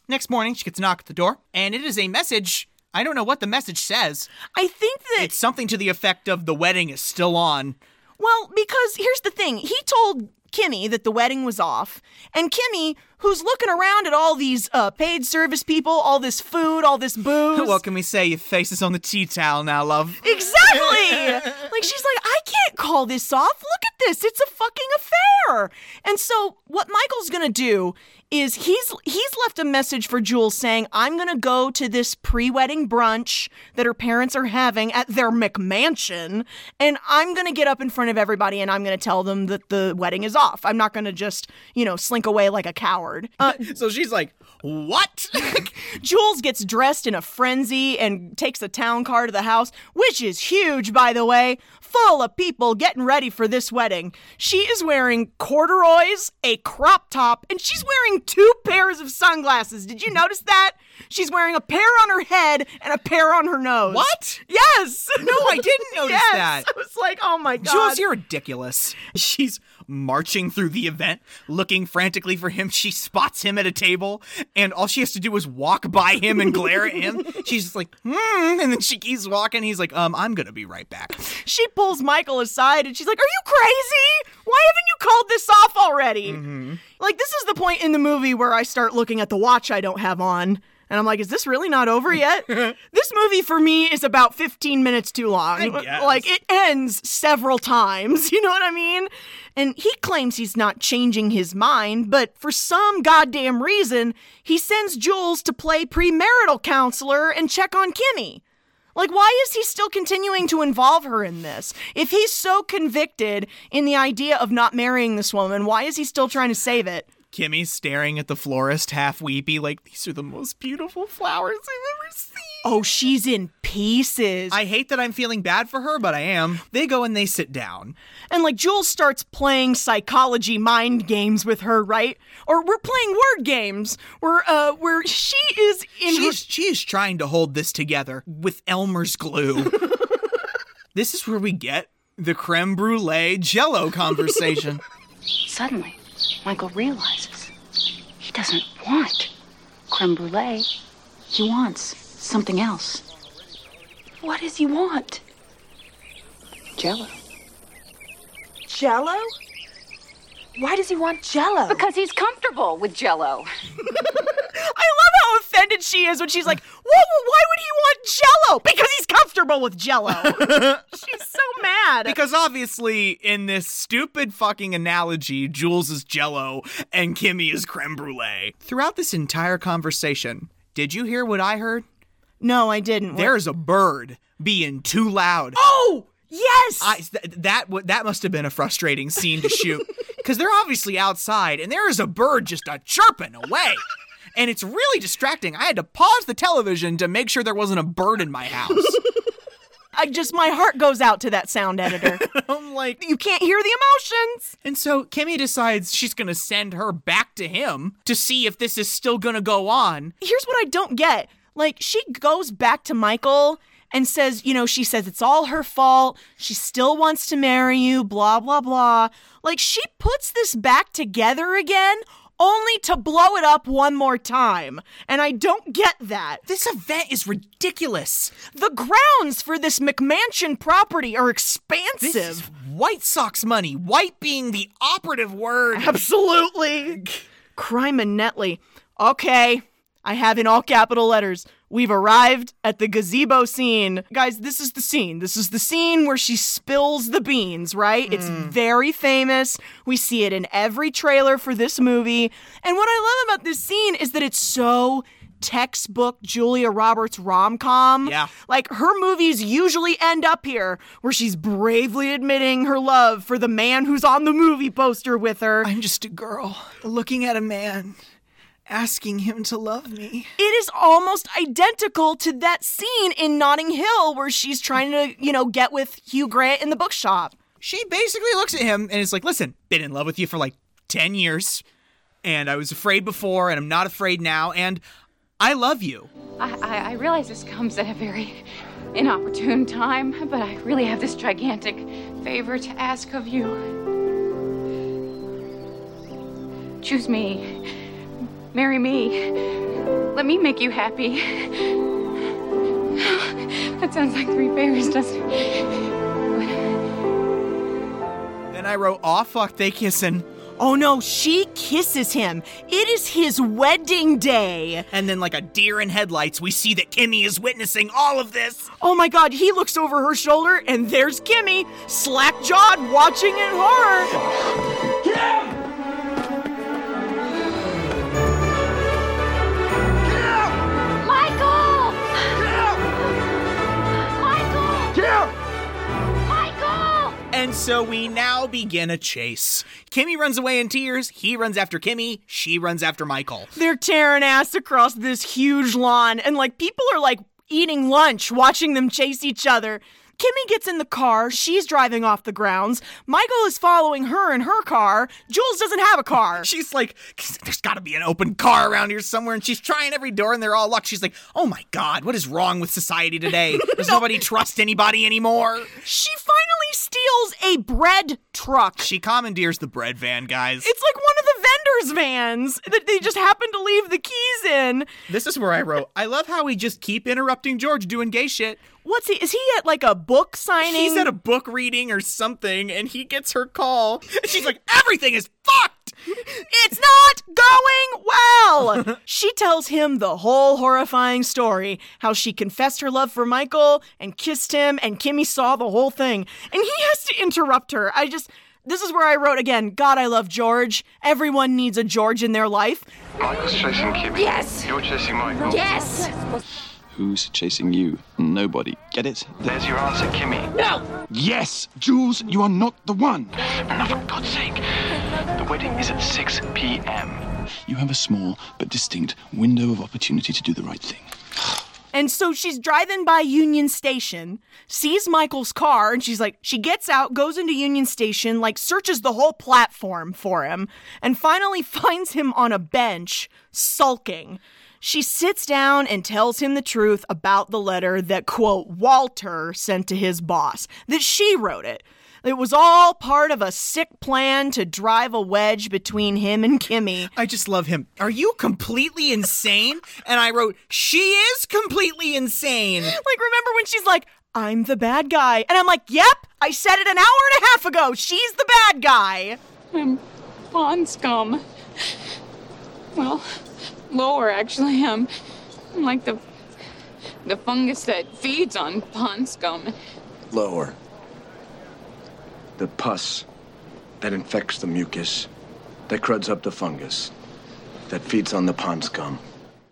Speaker 1: next morning, she gets a knock at the door, and it is a message I don't know what the message says.
Speaker 2: I think that
Speaker 1: it's something to the effect of the wedding is still on.
Speaker 2: Well, because here's the thing he told Kimmy that the wedding was off, and Kimmy, who's looking around at all these uh, paid service people, all this food, all
Speaker 1: [laughs]
Speaker 2: this booze.
Speaker 1: What can we say? Your face is on the tea towel now, love.
Speaker 2: Exactly! like, she's like, I can't call this off. Look at this. It's a fucking affair. And so, what Michael's gonna do is he's he's left a message for Jules saying, I'm gonna go to this pre-wedding brunch that her parents are having at their McMansion, and I'm gonna get up in front of everybody and I'm gonna tell them that the wedding is off. I'm not gonna just, you know, slink away like a coward.
Speaker 1: Uh, so she's like, What?
Speaker 2: Jules gets dressed in a frenzy and takes a town car to the house, which is huge, by the way, full of people getting ready for this wedding. She is wearing corduroys, a crop top, and she's wearing two pairs of sunglasses. Did you notice that? She's wearing a pair on her head and a pair on her nose.
Speaker 1: What?
Speaker 2: Yes.
Speaker 1: No, I
Speaker 2: [laughs]
Speaker 1: didn't notice
Speaker 2: yes.
Speaker 1: that.
Speaker 2: I was like, oh my god.
Speaker 1: Jules, you're ridiculous. [laughs] She's marching through the event, looking frantically for him. She spots him at a table, and all she has to do is walk by him and glare at
Speaker 2: [laughs]
Speaker 1: him. She's just like, hmm, and then she keeps walking. He's like, um, I'm gonna be right back.
Speaker 2: She pulls Michael aside and she's like, Are you crazy? Why haven't you called this off already?
Speaker 1: Mm-hmm.
Speaker 2: Like, this is the point in the movie where I start looking at the watch I don't have on. And I'm like, is this really not over yet? this movie for me is about 15 minutes too long. Like, it ends several times. [laughs] You know what I mean? And he claims he's not changing his mind, but for some goddamn reason, he sends Jules to play premarital counselor and check on Kimmy. Like, why is he still continuing to involve her in this? If he's so convicted in the idea of not marrying this woman, why is he still trying to save it?
Speaker 1: Kimmy's staring at the florist, half weepy, like, these are the most beautiful flowers I've ever seen.
Speaker 2: Oh, she's in pieces.
Speaker 1: I hate that I'm feeling bad for her, but I am. They go and they sit down.
Speaker 2: And like Jules starts playing psychology mind games with her, right? Or we're playing word games where uh where she is in
Speaker 1: she's, her- she is trying to hold this together with Elmer's glue. this is where we get the creme brulee jello conversation.
Speaker 20: Suddenly, Michael realizes he doesn't want creme brulee. He wants something else. What does he want? Jello.
Speaker 7: Jello? Why does he want Jello?
Speaker 8: Because he's comfortable with
Speaker 2: I
Speaker 8: Jello.
Speaker 2: love how offended she is when she's like, "Whoa, why would he want Jello? Because he's comfortable with Jello."
Speaker 1: [laughs]
Speaker 2: she's so mad
Speaker 1: Because obviously, in this stupid fucking analogy, Jules is jello and Kimmy is creme brulee. Throughout this entire conversation, did you hear what I heard?
Speaker 2: No, I didn't.
Speaker 1: There's a bird being too loud.
Speaker 2: Oh! Yes,
Speaker 1: I, th- that w- that must have been a frustrating scene to [laughs] shoot because they're obviously outside and there is a bird just a chirping away, and it's really distracting. I had to pause the television to make sure there wasn't a bird in my house.
Speaker 2: I just my heart goes out to that
Speaker 1: [laughs]
Speaker 2: sound editor.
Speaker 1: [laughs] I'm like,
Speaker 2: you can't hear the emotions.
Speaker 1: And so Kimmy decides she's gonna send her back to him to see if this is still gonna go on.
Speaker 2: Here's what I don't get: like she goes back to Michael and says, you know, she says it's all her fault. She still wants to marry you, blah, blah, blah. Like, she puts this back together again only to blow it up one more time. And I don't get that.
Speaker 1: This event is ridiculous.
Speaker 2: The grounds for this McMansion property are expansive.
Speaker 1: This is White Sox money, white being the operative word.
Speaker 2: Absolutely. Crime and Netley. Okay. I have in all capital letters. We've arrived at the gazebo scene. Guys, this is the scene. This is the scene where she spills the beans, right? Mm. It's very famous. We see it in every trailer for this movie. And what I love about this scene is that it's so textbook Julia Roberts rom com.
Speaker 1: Yeah.
Speaker 2: Like her movies usually end up here where she's bravely admitting her love for the man who's on the movie poster with her.
Speaker 1: I'm just a girl looking at a man asking him to love me.
Speaker 2: It is almost identical to that scene in Notting Hill where she's trying to, you know, get with Hugh Grant in the bookshop.
Speaker 1: She basically looks at him and is like, listen, been in love with you for like 10 years, and I was afraid before, and I'm not afraid now, and I love you.
Speaker 4: I, I, I realize this comes at a very inopportune time, but I really have this gigantic favor to ask of you. Choose me Marry me. Let me make you happy. that sounds like three favors, doesn't it?
Speaker 1: Then I wrote, aw, fuck, they kissing.
Speaker 2: Oh no, she kisses him. It is his wedding day.
Speaker 1: And then, like a deer in headlights, we see that Kimmy is witnessing all of this.
Speaker 2: Oh my god, he looks over her shoulder, and there's Kimmy, slack jawed, watching in horror.
Speaker 6: Kim!
Speaker 1: And so we now begin a chase. Kimmy runs away in tears. He runs after Kimmy. She runs after Michael.
Speaker 2: They're tearing ass across this huge lawn, and like people are like eating lunch, watching them chase each other. Kimmy gets in the car. She's driving off the grounds. Michael is following her in her car. Jules doesn't have a car.
Speaker 1: she's like, there's got to be an open car around here somewhere. And she's trying every door and they're all locked. She's like, oh my God, what is wrong with society [laughs] today? Does no. nobody trust anybody anymore?
Speaker 2: She finally steals a bread truck.
Speaker 1: She commandeers the bread van, guys.
Speaker 2: It's like one of the vendors' vans that they just happen to leave the keys in.
Speaker 1: This is where I wrote, I love how we just keep interrupting George doing gay shit.
Speaker 2: What's he? Is he at like a book signing?
Speaker 1: He's at a book reading or something, and he gets her call. And she's like, "Everything is fucked.
Speaker 2: It's not going well." she tells him the whole horrifying story: how she confessed her love for Michael and kissed him, and Kimmy saw the whole thing, and he has to interrupt her. I just. This is where I wrote again. God, I love George. Everyone needs a George in their life.
Speaker 27: Michael's chasing Kimmy.
Speaker 8: Yes.
Speaker 27: You're chasing Michael.
Speaker 8: Yes.
Speaker 19: Who's chasing you? Nobody. Get it?
Speaker 27: There's your answer, Kimmy.
Speaker 8: No!
Speaker 19: Yes! Jules, you are not the one!
Speaker 27: Now, for God's sake, the wedding is at 6 p.m.
Speaker 19: You have a small but distinct window of opportunity to do the right thing.
Speaker 2: And so she's driving by Union Station, sees Michael's car, and she's like, she gets out, goes into Union Station, like searches the whole platform for him, and finally [laughs] finds him on a bench, sulking. She sits down and tells him the truth about the letter that, quote, Walter sent to his boss, that she wrote it. It was all part of a sick plan to drive a wedge between him and Kimmy.
Speaker 1: I just love him. Are you completely insane? And I wrote, She is completely insane.
Speaker 2: Like, remember when she's like, I'm the bad guy. And I'm like, Yep, I said it an hour and a half ago. She's the bad guy.
Speaker 4: I'm pond scum. Well, lower actually. I'm, I'm like the the fungus that feeds on pond scum.
Speaker 24: Lower. The pus that infects the mucus, that cruds up the fungus, that feeds on the pond scum.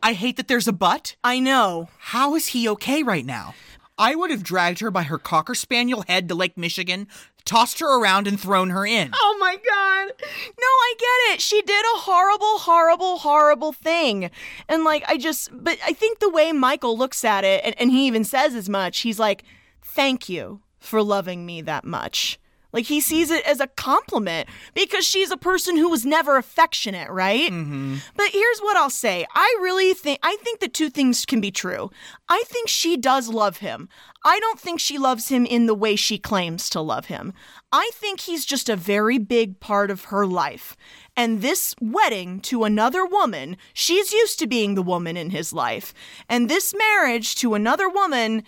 Speaker 1: I hate that there's a butt.
Speaker 2: I know.
Speaker 1: How is he okay right now? I would have dragged her by her cocker spaniel head to Lake Michigan, tossed her around, and thrown her in.
Speaker 2: Oh my god. No, I get it. She did a horrible, horrible, horrible thing. And like, I just, but I think the way Michael looks at it, and, and he even says as much, he's like, thank you for loving me that much. Like, he sees it as a compliment because she's a person who was never affectionate, right?
Speaker 1: Mm-hmm.
Speaker 2: But here's what I'll say. I really think I think the two things can be true. I think she does love him. I don't think she loves him in the way she claims to love him. I think he's just a very big part of her life. And this wedding to another woman, she's used to being the woman in his life. And this marriage to another woman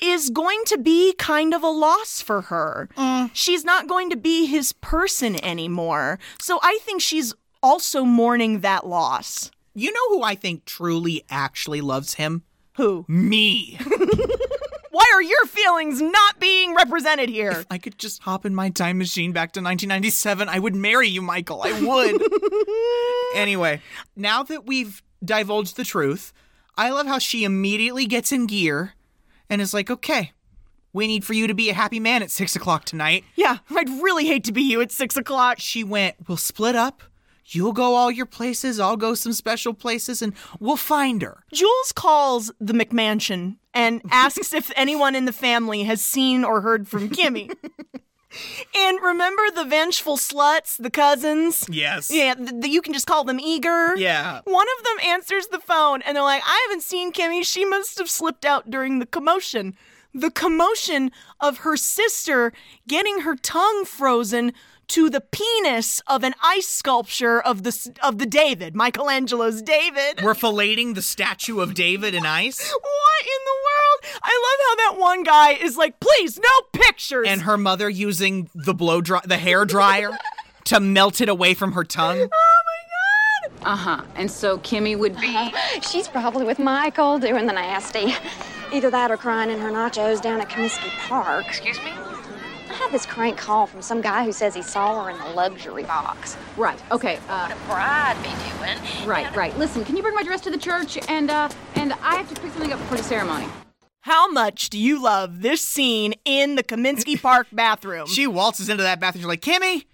Speaker 2: is going to be kind of a loss for her. She's not going to be his person anymore. So I think she's also mourning that loss.
Speaker 1: You know who I think truly actually loves him?
Speaker 2: Who?
Speaker 1: Me. [laughs]
Speaker 2: Why are your feelings not being represented here?
Speaker 1: I could just hop in my time machine back to 1997. I would marry you, Michael. I
Speaker 2: [laughs]
Speaker 1: would. anyway, now that we've divulged the truth, I love how she immediately gets in gear and is like, okay, we need for you to be a happy man at six o'clock tonight.
Speaker 2: Yeah, I'd really hate to be you at six o'clock.
Speaker 1: She went, we'll split up. You'll go all your places, I'll go some special places, and we'll find her.
Speaker 2: Jules calls the McMansion and asks if anyone in the family has seen or heard from Kimmy. and remember the vengeful sluts, the cousins?
Speaker 1: Yes.
Speaker 2: Yeah, th- th- you can just call them eager.
Speaker 1: Yeah.
Speaker 2: One of them answers the phone and they're like, I haven't seen Kimmy. She must have slipped out during the commotion. The commotion of her sister getting her tongue frozen to the penis of an ice sculpture of the s- of the David, Michelangelo's David.
Speaker 1: We're filleting the statue of David in ice. [laughs]
Speaker 2: What in the world? I love how that one guy is like, "Please, no pictures."
Speaker 1: And her mother using the blow dry, the hair dryer to melt it away from her [laughs] tongue.
Speaker 20: Uh huh. And so Kimmy would be.
Speaker 9: Uh-huh. She's probably with Michael doing the nasty. Either that or crying in her nachos down at Comiskey Park.
Speaker 22: Excuse me?
Speaker 9: I had this crank call from some guy who says he saw her in the luxury box.
Speaker 20: Right. Okay. Uh,
Speaker 22: What a bride be doing.
Speaker 20: right. Right. Listen, can you bring my dress to the church? And uh, and I have to pick something up for the ceremony.
Speaker 2: How much do you love this scene in the Kaminsky Park bathroom?
Speaker 1: She waltzes into that bathroom. She's like, Kimmy,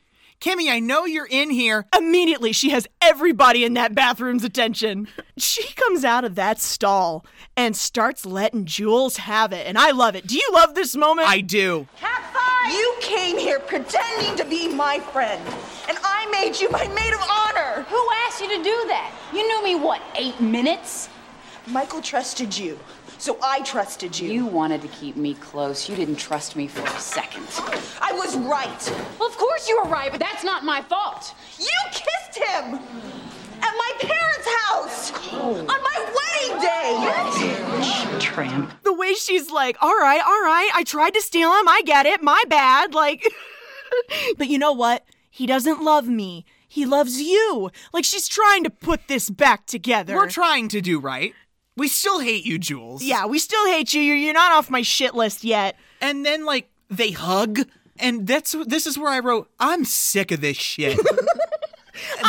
Speaker 1: Kimmy, I know you're in here.
Speaker 2: Immediately, she has everybody in that bathroom's attention. She comes out of that stall and starts letting Jules have it, and I love it. Do you love this moment?
Speaker 1: I do.
Speaker 7: You came here pretending to be my friend, and I made you my maid of honor.
Speaker 8: Who asked you to do that? You knew me, what, eight minutes?
Speaker 7: Michael trusted you, so I trusted you.
Speaker 20: You wanted to keep me close. You didn't trust me for a second.
Speaker 7: I was right.
Speaker 8: Well, of course you were right, but that's not my fault.
Speaker 7: You kissed him at my parents' house on my wedding day.
Speaker 20: Tramp.
Speaker 2: the way she's like, all right, all right, I tried to steal him. I get it. My bad. Like, [laughs] but you know what? He doesn't love me. He loves you. Like, she's trying to put this back together.
Speaker 1: We're trying to do right. We still hate you, Jules.
Speaker 2: yeah, we still hate you. You're, you're not off my shit list yet. [laughs]
Speaker 1: And then like they hug, and that's this is where I wrote, I'm sick of this shit.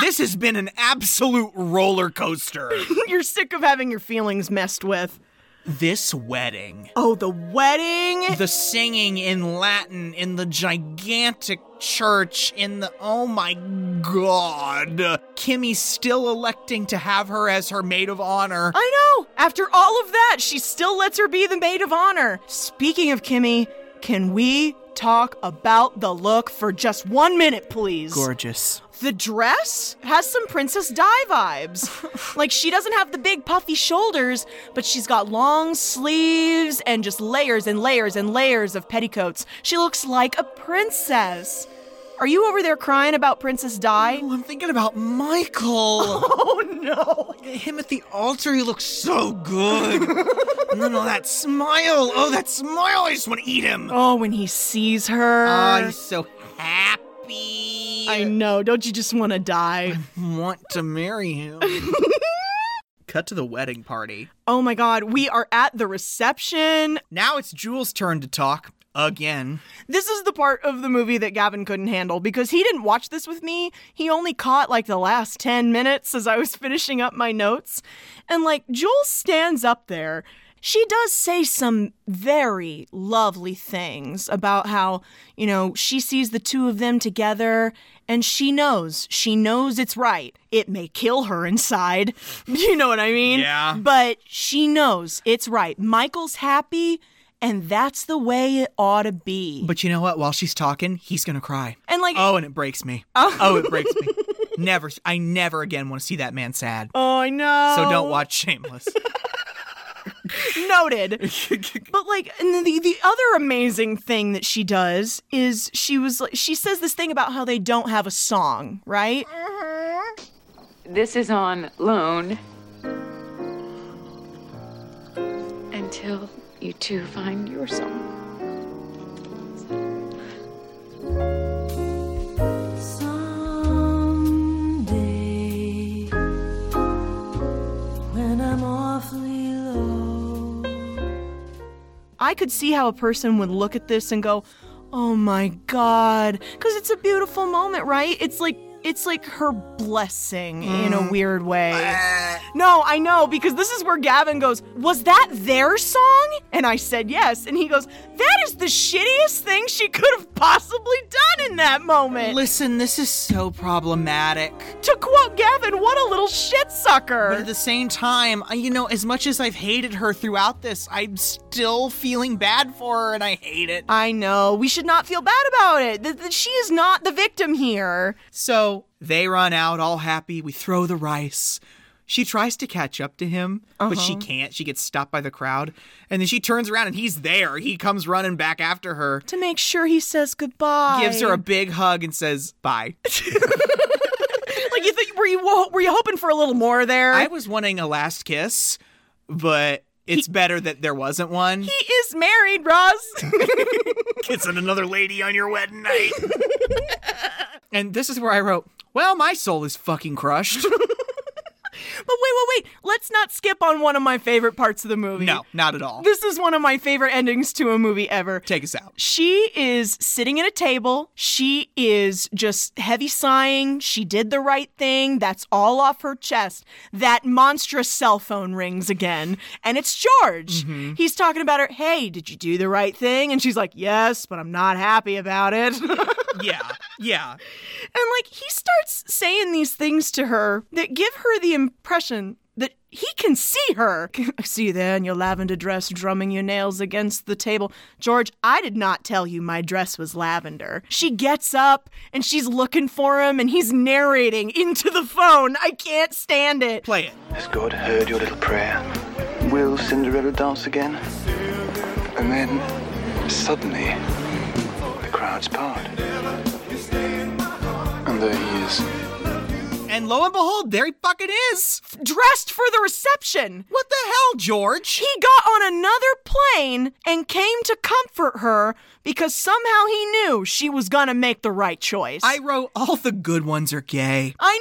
Speaker 1: this has been an absolute roller coaster.
Speaker 2: you're sick of having your feelings messed with.
Speaker 1: this wedding.
Speaker 2: Oh, the wedding.
Speaker 1: the singing in Latin in the gigantic church in the oh my god. Kimmy's still electing to have her as her maid of honor.
Speaker 2: I know. After all of that, she still lets her be the maid of honor. Speaking of Kimmy, can we talk about the look for just one minute, please.
Speaker 1: Gorgeous.
Speaker 2: The dress has some Princess Di vibes. like, she doesn't have the big puffy shoulders, but she's got long sleeves and just layers and layers and layers of petticoats. She looks like a princess. Are you over there crying about Princess Di?
Speaker 1: I'm thinking about Michael.
Speaker 2: [laughs] Oh, no.
Speaker 1: Him at the altar, he looks so
Speaker 2: [laughs]
Speaker 1: good. and then all that smile. Oh, that smile. I just want to eat him.
Speaker 2: Oh, when he sees her.
Speaker 1: Oh, he's so happy.
Speaker 2: I know. Don't you just want to die?
Speaker 1: I want to marry
Speaker 2: [laughs]
Speaker 1: him. Cut to the wedding party.
Speaker 2: Oh my God, we are at the reception.
Speaker 1: Now it's Jules' turn to talk again.
Speaker 2: This is the part of the movie that Gavin couldn't handle because he didn't watch this with me. He only caught like the last 10 minutes as I was [laughs] finishing up my notes. And like Jules stands up there. She does say some very lovely things about how, you know, she sees the two of them together and she knows, she knows it's right. It may kill her inside. [laughs] You know what I mean?
Speaker 1: Yeah.
Speaker 2: But she knows it's right. Michael's happy and that's the way it ought to be.
Speaker 1: But you know what? While she's talking, he's gonna cry.
Speaker 2: And like,
Speaker 1: oh, and it breaks me.
Speaker 2: Oh.
Speaker 1: oh it breaks me. Never, I never again want to see that man sad.
Speaker 2: Oh, I know.
Speaker 1: So
Speaker 2: [laughs]
Speaker 1: don't watch Shameless.
Speaker 2: [laughs] Noted. but like, and then the the other amazing thing that she does is she was like, she says this thing about how they don't have a song, right?
Speaker 20: This is on loan. Until you two find your song.
Speaker 5: Someday, when I'm awfully low,
Speaker 2: I could see how a person would look at this and go, "Oh my god," because it's a beautiful moment, right? It's like. It's like her blessing in
Speaker 1: Mm.
Speaker 2: a weird way.
Speaker 1: [laughs]
Speaker 2: No, I know, because this is where Gavin goes, Was that their song? And I said yes. And he goes, That is the shittiest thing she could have possibly done in that moment.
Speaker 1: Listen, this is so problematic.
Speaker 2: To quote Gavin, what a little shit
Speaker 1: But
Speaker 2: sucker.
Speaker 1: at the same time, I- you know, as much as I've hated her throughout this, I'm still feeling bad for her and I hate it.
Speaker 2: I know. We should not feel bad about it. Th- th- she is not the victim here.
Speaker 1: So they run out all happy. We throw the rice. She tries to catch up to him, but she
Speaker 2: Uh-huh.
Speaker 1: can't. She gets stopped by the crowd. And then she turns around and he's there. He comes running back after her,
Speaker 2: To make sure he says goodbye.
Speaker 1: gives her a big hug, and says, Bye.
Speaker 2: Like, you think, were you, wo- were you hoping for a little more there?
Speaker 1: I was wanting a last kiss, but it's better that there wasn't one.
Speaker 2: he is
Speaker 1: [laughs]
Speaker 2: married, Ross.
Speaker 1: Kissing another lady on your wedding night. [laughs] and this is where I wrote, Well, my soul is fucking crushed.
Speaker 2: But wait, wait, wait. Let's not skip on one of my favorite parts of the
Speaker 1: [laughs]
Speaker 2: movie.
Speaker 1: no, not at all.
Speaker 2: This is one of my favorite endings to a movie
Speaker 1: [laughs]
Speaker 2: ever.
Speaker 1: Take us out.
Speaker 2: She is sitting at a table. She is just heavy sighing. She did the right thing. That's all off her chest. That monstrous cell phone rings again, and it's George.
Speaker 1: Mm-hmm.
Speaker 2: He's talking about her. Hey, did you do the right thing? And she's like, Yes, but I'm not happy about it. [laughs]
Speaker 1: Yeah, yeah.
Speaker 2: And like he starts saying these things to her that give her the impression that he can see her. [laughs] I see you there in your lavender dress drumming your nails against the table. George, I did not tell you my dress was lavender. She gets up and she's looking for him and he's narrating into the phone. I can't stand it.
Speaker 1: Play it.
Speaker 21: Has God heard your little prayer? Will Cinderella dance again? And then, suddenly, the crowds part. And there he is.
Speaker 1: And lo and behold, there he fucking is.
Speaker 2: Dressed for the reception.
Speaker 1: What the hell, George?
Speaker 2: He got on another plane and came to comfort her because somehow he knew she was gonna make the right choice.
Speaker 1: I wrote all the good ones are gay.
Speaker 2: I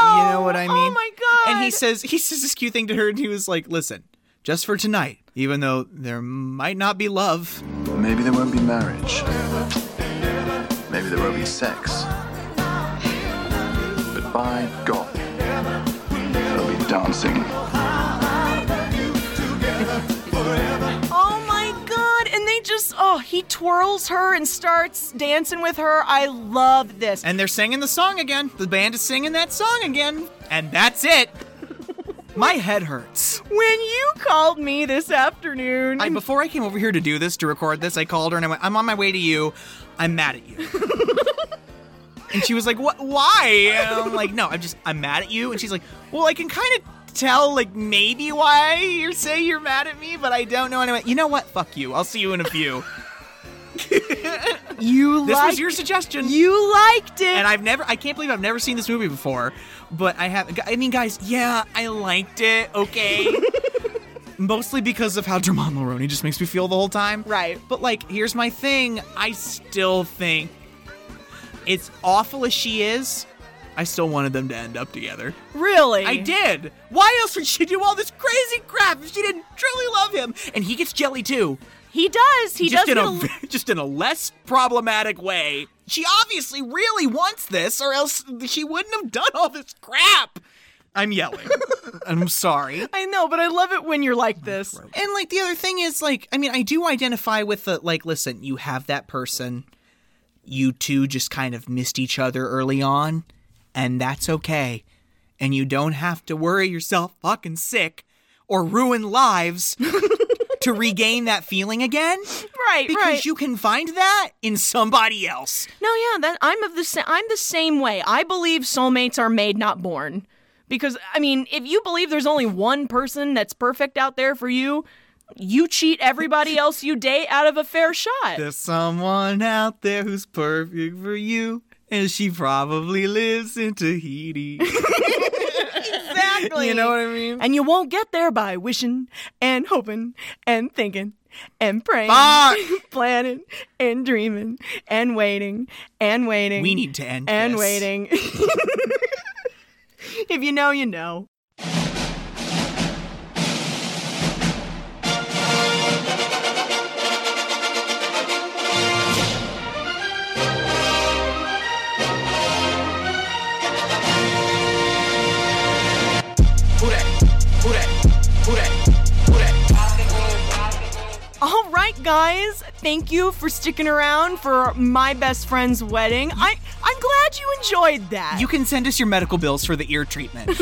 Speaker 2: know.
Speaker 1: You know what I mean?
Speaker 2: Oh my god!
Speaker 1: And he says he says this cute thing to her, and he was like, "Listen, just for tonight, even though there might not be love,
Speaker 19: Maybe there won't be marriage. Maybe there won't be sex. But by God, there'll be dancing.
Speaker 2: "Oh my god!" And they just oh, he twirls her and starts dancing with her. I love this.
Speaker 1: and they're singing the song again. The band is singing that song again, and that's it. My head hurts.
Speaker 2: When you called me this afternoon,
Speaker 1: I, before I came over here to do this, to record this, I called her and I went, I'm on my way to you. I'm mad at
Speaker 2: [laughs]
Speaker 1: you. and she was like, What? Why? And I'm like, No, I'm just, I'm mad at you. And she's like, Well, I can kind of tell, like, maybe why you say you're mad at me, but I don't know. And I went, You know what? Fuck you. I'll see you in a few.
Speaker 2: [laughs] you
Speaker 1: This
Speaker 2: liked,
Speaker 1: was your suggestion.
Speaker 2: you liked it.
Speaker 1: and I've never, I can't believe I've never seen this movie before, but I have, I mean, guys, yeah, I liked it, okay? Mostly because of how Dermot Mulroney just makes me feel the whole time.
Speaker 2: Right.
Speaker 1: But, like, here's my thing I still think, it's awful as she is, I still wanted them to end up together.
Speaker 2: really,
Speaker 1: I did. Why else would she do all this crazy crap if she didn't truly love him? And he gets jelly too.
Speaker 2: He does. He
Speaker 1: just
Speaker 2: does.
Speaker 1: in
Speaker 2: get
Speaker 1: a, [laughs] just in a less problematic way. She obviously really wants this, or else she wouldn't have done all this crap. I'm [laughs] yelling. I'm sorry.
Speaker 2: I know, but I love it when you're like this.
Speaker 1: And like the other thing is like I mean I do identify with the like listen you have that person you two just kind of missed each other early on and that's okay and you don't have to worry yourself fucking sick or ruin [laughs] lives to regain that feeling again
Speaker 2: Right,
Speaker 1: because
Speaker 2: right.
Speaker 1: you can find that in somebody else
Speaker 2: No, yeah, that I'm of the sa- I'm the same way. I believe soulmates are made, not born. Because I mean, if you believe there's only one person that's perfect out there for you, you cheat everybody else you date out of a fair shot.
Speaker 1: There's someone out there who's perfect for you, and she probably lives in Tahiti. [laughs]
Speaker 2: Exactly.
Speaker 1: You know what I mean?
Speaker 2: And you won't get there by wishing and hoping and thinking and praying,
Speaker 1: Fuck!
Speaker 2: [laughs] planning and dreaming and waiting and waiting.
Speaker 1: We need to end
Speaker 2: and
Speaker 1: this.
Speaker 2: waiting. [laughs] if you know, you know.
Speaker 27: Who that? Who that? Who that? Who that?
Speaker 2: All right, guys. Thank you for sticking around for my best friend's wedding. I I'm glad you enjoyed that.
Speaker 1: You can send us your medical bills for the ear
Speaker 2: [laughs]
Speaker 1: treatment.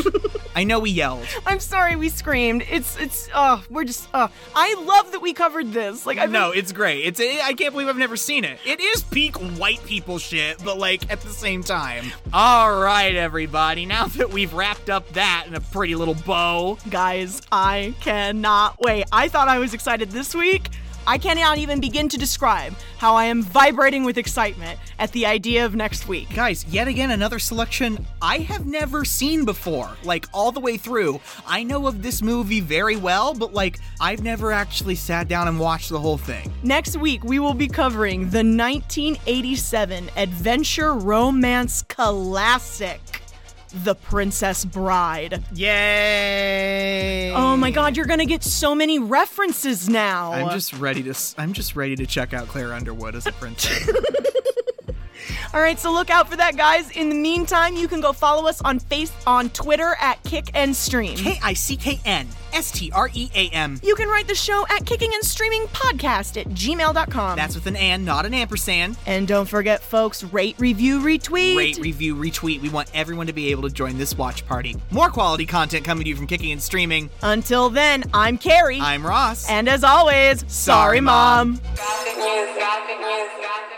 Speaker 1: I know we yelled.
Speaker 2: I'm sorry we screamed. It's it's uh we're just uh I love that we covered this. Like I
Speaker 1: No, it's great. It's I can't believe I've never seen it. It is peak white people shit, but like at the same time. All right, everybody. Now that we've wrapped up that in a pretty little bow,
Speaker 2: guys, I cannot wait. I thought I was excited this week. I cannot even begin to describe how I am vibrating with excitement at the idea of next week.
Speaker 1: Guys, yet again, another selection I have never seen before, like all the way through. I know of this movie very well, but like I've never actually sat down and watched the whole thing.
Speaker 2: Next week, we will be covering the 1987 adventure romance classic, The Princess Bride.
Speaker 1: Yay!
Speaker 2: Oh my god, you're gonna get so many references now.
Speaker 1: I'm just ready to. s- I'm just ready to check out Claire Underwood as a [laughs] princess.
Speaker 2: All right, so look out for that, guys. In the meantime, you can go follow us on face on Twitter at Kick and Stream.
Speaker 1: K I C K N S T R E A M.
Speaker 2: You can write the show at kicking and streaming podcast at gmail.com.
Speaker 1: That's with an and, not an ampersand.
Speaker 2: and don't forget, folks, rate, review, retweet.
Speaker 1: Rate, review, retweet. We want everyone to be able to join this watch party. More quality content coming to you from Kicking and Streaming.
Speaker 2: Until then, I'm Carrie.
Speaker 1: I'm Ross.
Speaker 2: and as always, sorry,
Speaker 1: Sorry,
Speaker 2: Mom.
Speaker 1: Mom.
Speaker 27: Who that?